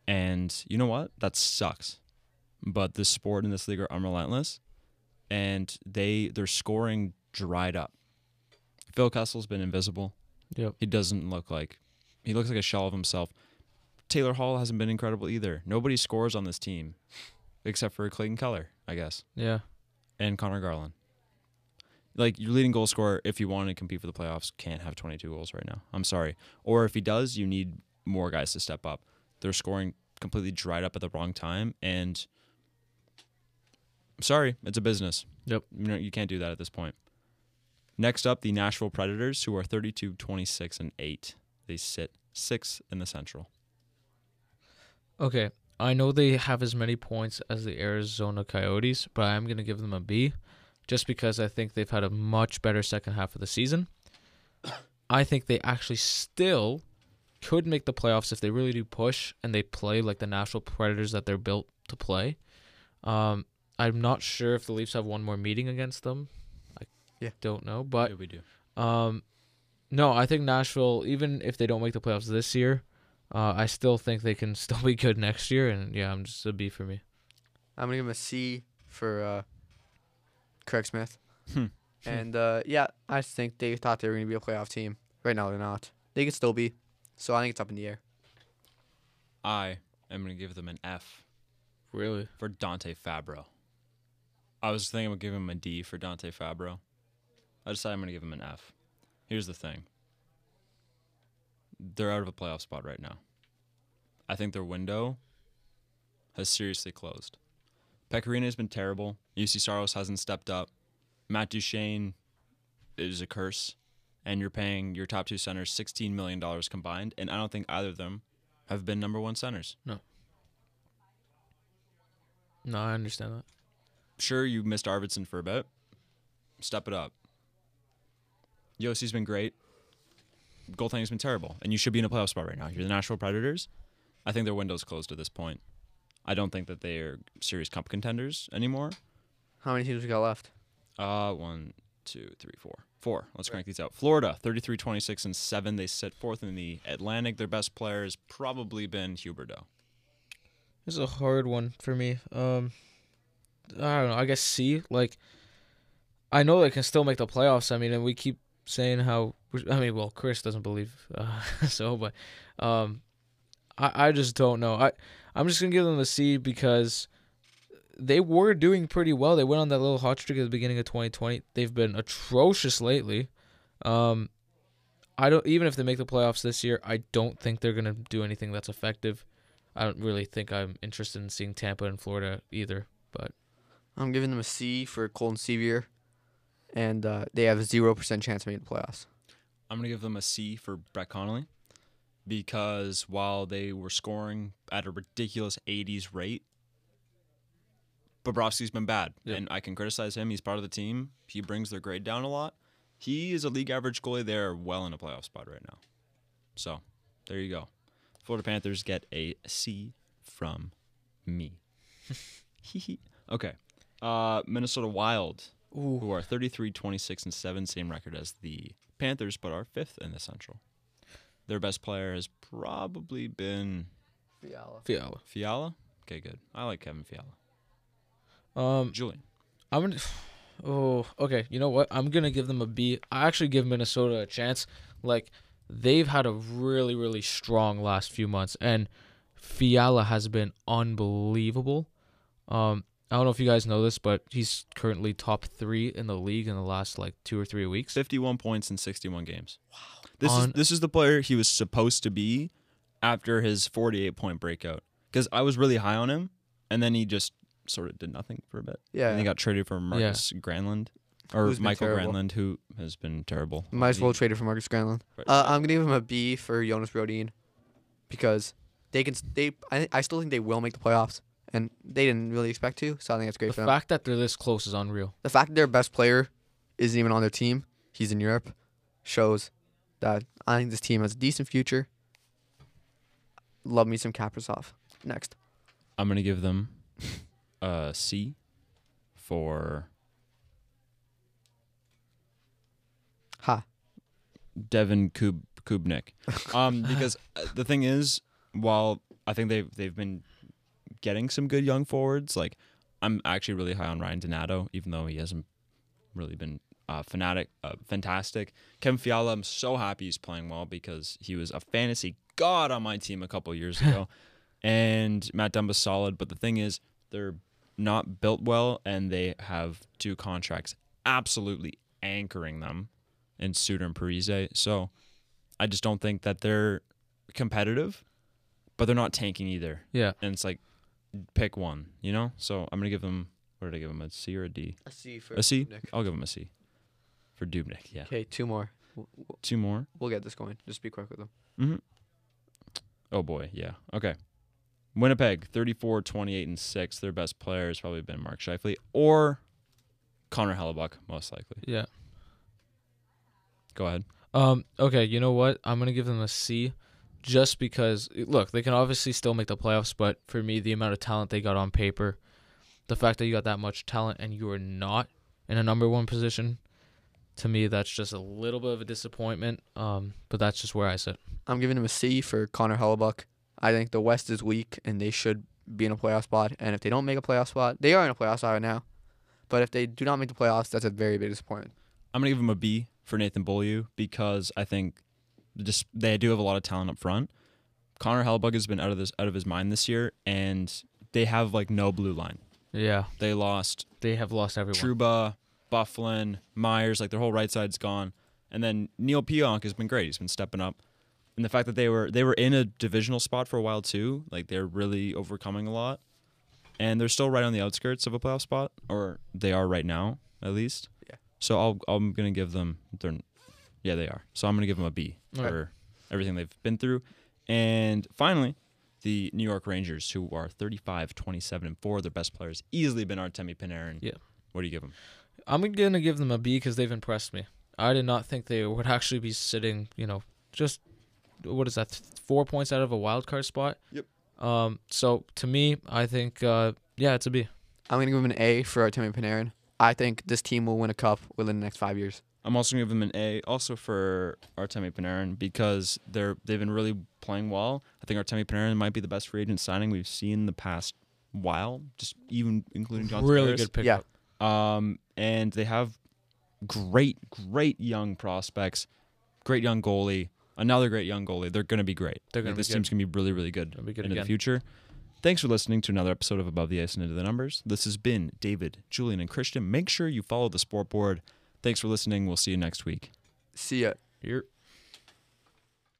And you know what? That sucks. But this sport and this league are unrelentless, and they their scoring dried up. Phil Kessel's been invisible.
Yep.
He doesn't look like he looks like a shell of himself. Taylor Hall hasn't been incredible either. Nobody scores on this team, except for Clayton Keller, I guess
Yeah.
and Connor Garland. Like your leading goal scorer, if you want to compete for the playoffs, can't have 22 goals right now. I'm sorry. Or if he does, you need more guys to step up. They're scoring completely dried up at the wrong time, and I'm sorry, it's a business.
Yep.
You know you can't do that at this point. Next up, the Nashville Predators, who are 32, 26, and eight. They sit sixth in the Central.
Okay. I know they have as many points as the Arizona Coyotes, but I'm gonna give them a B, just because I think they've had a much better second half of the season. I think they actually still could make the playoffs if they really do push and they play like the Nashville Predators that they're built to play. Um, I'm not sure if the Leafs have one more meeting against them. I
Yeah.
don't know, but
we do.
um, no, I think Nashville, even if they don't make the playoffs this year, uh, I still think they can still be good next year. And yeah, I'm just a B for me.
I'm gonna give him a C for uh, Craig Smith.
Hmm.
and uh, yeah, I just think they thought they were gonna be a playoff team. Right now they're not. They could still be. So I think it's up in the air.
I am going to give them an F
Really?
for Dante Fabro. I was thinking about giving him a D for Dante Fabro. I decided I'm going to give him an F. Here's the thing they're out of a playoff spot right now. I think their window has seriously closed. Pecorino has been terrible. UC Saros hasn't stepped up. Matt Duchene is a curse. And you're paying your top two centers $16 million combined. And I don't think either of them have been number one centers.
No, I understand that.
sure you missed Arvidsson for a bit. Step it up. Yossi's been great. Goaltending's been terrible, and you should be in a playoff spot right now. You're the Nashville Predators. I think their window's closed at this point. I don't think that they are serious cup contenders anymore.
How many teams we got left?
Uh, one, two, three, four. Four. Let's crank these out. Florida, 33, 26, and 7. They sit fourth in the Atlantic. Their best player has probably been Huberdeau.
This is a hard one for me. Um, I don't know. I guess C. Like, I know they can still make the playoffs. I mean, and we keep saying how. I mean, well, Chris doesn't believe uh, so, but um, I I just don't know. I I'm just gonna give them a C because they were doing pretty well. They went on that little hot streak at the beginning of 2020. They've been atrocious lately. Um, I don't even if they make the playoffs this year, I don't think they're gonna do anything that's effective. I don't really think I'm interested in seeing Tampa and Florida either. But
I'm giving them a C for Colton Sevier, and uh, they have a zero percent chance of making the playoffs.
I'm gonna give them a C for Brett Connolly because while they were scoring at a ridiculous 80s rate, Bobrovsky's been bad,
Yeah.
and I can criticize him. He's part of the team. He brings their grade down a lot. He is a league average goalie. They're well in a playoff spot right now. So there you go. Florida Panthers get a C from me. okay. Uh, Minnesota Wild
ooh,
who are 33, 26, and 7, same record as the Panthers, but are fifth in the Central. Their best player has probably been
Fiala.
Fiala. Okay, good. I like Kevin Fiala.
Um,
Julian.
I'm gonna. Oh, okay. You know what? I'm gonna give them a B. I actually give Minnesota a chance. Like they've had a really, really strong last few months, and Fiala has been unbelievable. Um, I don't know if you guys know this, but he's currently top three in the league in the last like two or three weeks.
51 points in 61 games. Wow. This
On-
is this is the player he was supposed to be after his 48 point breakout cuz I was really high on him and then he just sort of did nothing for a bit. And
Yeah,
he got traded for Marcus Granlund or
Who's been
Michael
terrible.
Granlund who has been terrible.
might as
He-
well trade it for Marcus Granlund.
Right.
Uh, I'm gonna give him a B for Jonas Brodin because they can. s- They I, I still think they will make the playoffs, and they didn't really expect to. So I think that's great
The
for them.
fact that they're this close is unreal.
the fact that their best player isn't even on their team, he's in Europe, shows that I think this team has a decent future. Love me some Kaprizov. Next.
I'm gonna give them a C for
Ha.
Devin Kub- Kubnik, um, because uh, the thing is, while I think they've they've been getting some good young forwards, like I'm actually really high on Ryan Donato, even though he hasn't really been uh, fanatic, uh, fantastic. Kevin Fiala, I'm so happy he's playing well because he was a fantasy god on my team a couple years ago, and Matt Dumba's solid. But the thing is, they're not built well, and they have two contracts absolutely anchoring them and Suter and Parise. So I just don't think that they're competitive, but they're not tanking either.
Yeah.
And it's like pick one, you know? So I'm gonna give them what did I give them? A C or a D?
A C for
A C? I'll give them a C. For Dubnik, yeah.
Okay, two more. W- w-
Two more.
We'll get this going. Just be quick with them.
Mm-hmm. Oh boy, yeah. Okay. Winnipeg, 34, 28, and 6. Their best player has probably been Mark Scheifele or Connor Hellebuck, most likely.
Yeah.
Go ahead.
Um. Okay. You know what? I'm gonna give them a C, just because. Look, they can obviously still make the playoffs, but for me, the amount of talent they got on paper, the fact that you got that much talent and you are not in a number one position, to me, that's just a little bit of a disappointment. Um. But that's just where I sit.
I'm giving him a C for Connor Hellebuck. I think the West is weak and they should be in a playoff spot. And if they don't make a playoff spot, they are in a playoff spot right now. But if they do not make the playoffs, that's a very big disappointment.
I'm gonna give him a B for Nathan Beaulieu because I think just they do have a lot of talent up front. Connor Hellbug has been out of this out of his mind this year, and they have like no blue line.
Yeah.
They lost
They have lost everyone.
Truba, Bufflin, Myers, like their whole right side's gone. And then Neil Pionk has been great. He's been stepping up. And the fact that they were they were in a divisional spot for a while too, like they're really overcoming a lot. And they're still right on the outskirts of a playoff spot, or they are right now at least.
Yeah.
So I'll, I'm gonna give them they're yeah they are. So I'm gonna give them a B
Okay.
for everything they've been through. And finally, the New York Rangers, who are 35, 27, and four. Their best players easily been Artemi Panarin.
Yeah.
What do you give them?
I'm gonna give them a B because they've impressed me. I did not think they would actually be sitting, you know, just what is that, th- four points out of a wild card spot.
Yep.
Um. So to me, I think, uh, yeah, it's a B.
I'm going to give him an A for Artemi Panarin. I think this team will win a cup within the next five years.
I'm also gonna give them an A, also for Artemi Panarin because they're they've been really playing well. I think Artemi Panarin might be the best free agent signing we've seen in the past while, just even including John.
really good pickup.
Yeah.
Um, and they have great, great young prospects, great young goalie, another great young goalie. They're gonna be great.
They're gonna
Like,
be
this
good.
team's gonna be really, really good
They'll be good
into
again.
the future. Thanks for listening to another episode of Above the Ice and Into the Numbers. This has been David, Julian, and Christian. Make sure you follow the Sport Board. Thanks for listening. We'll see you next week.
See ya.
Here.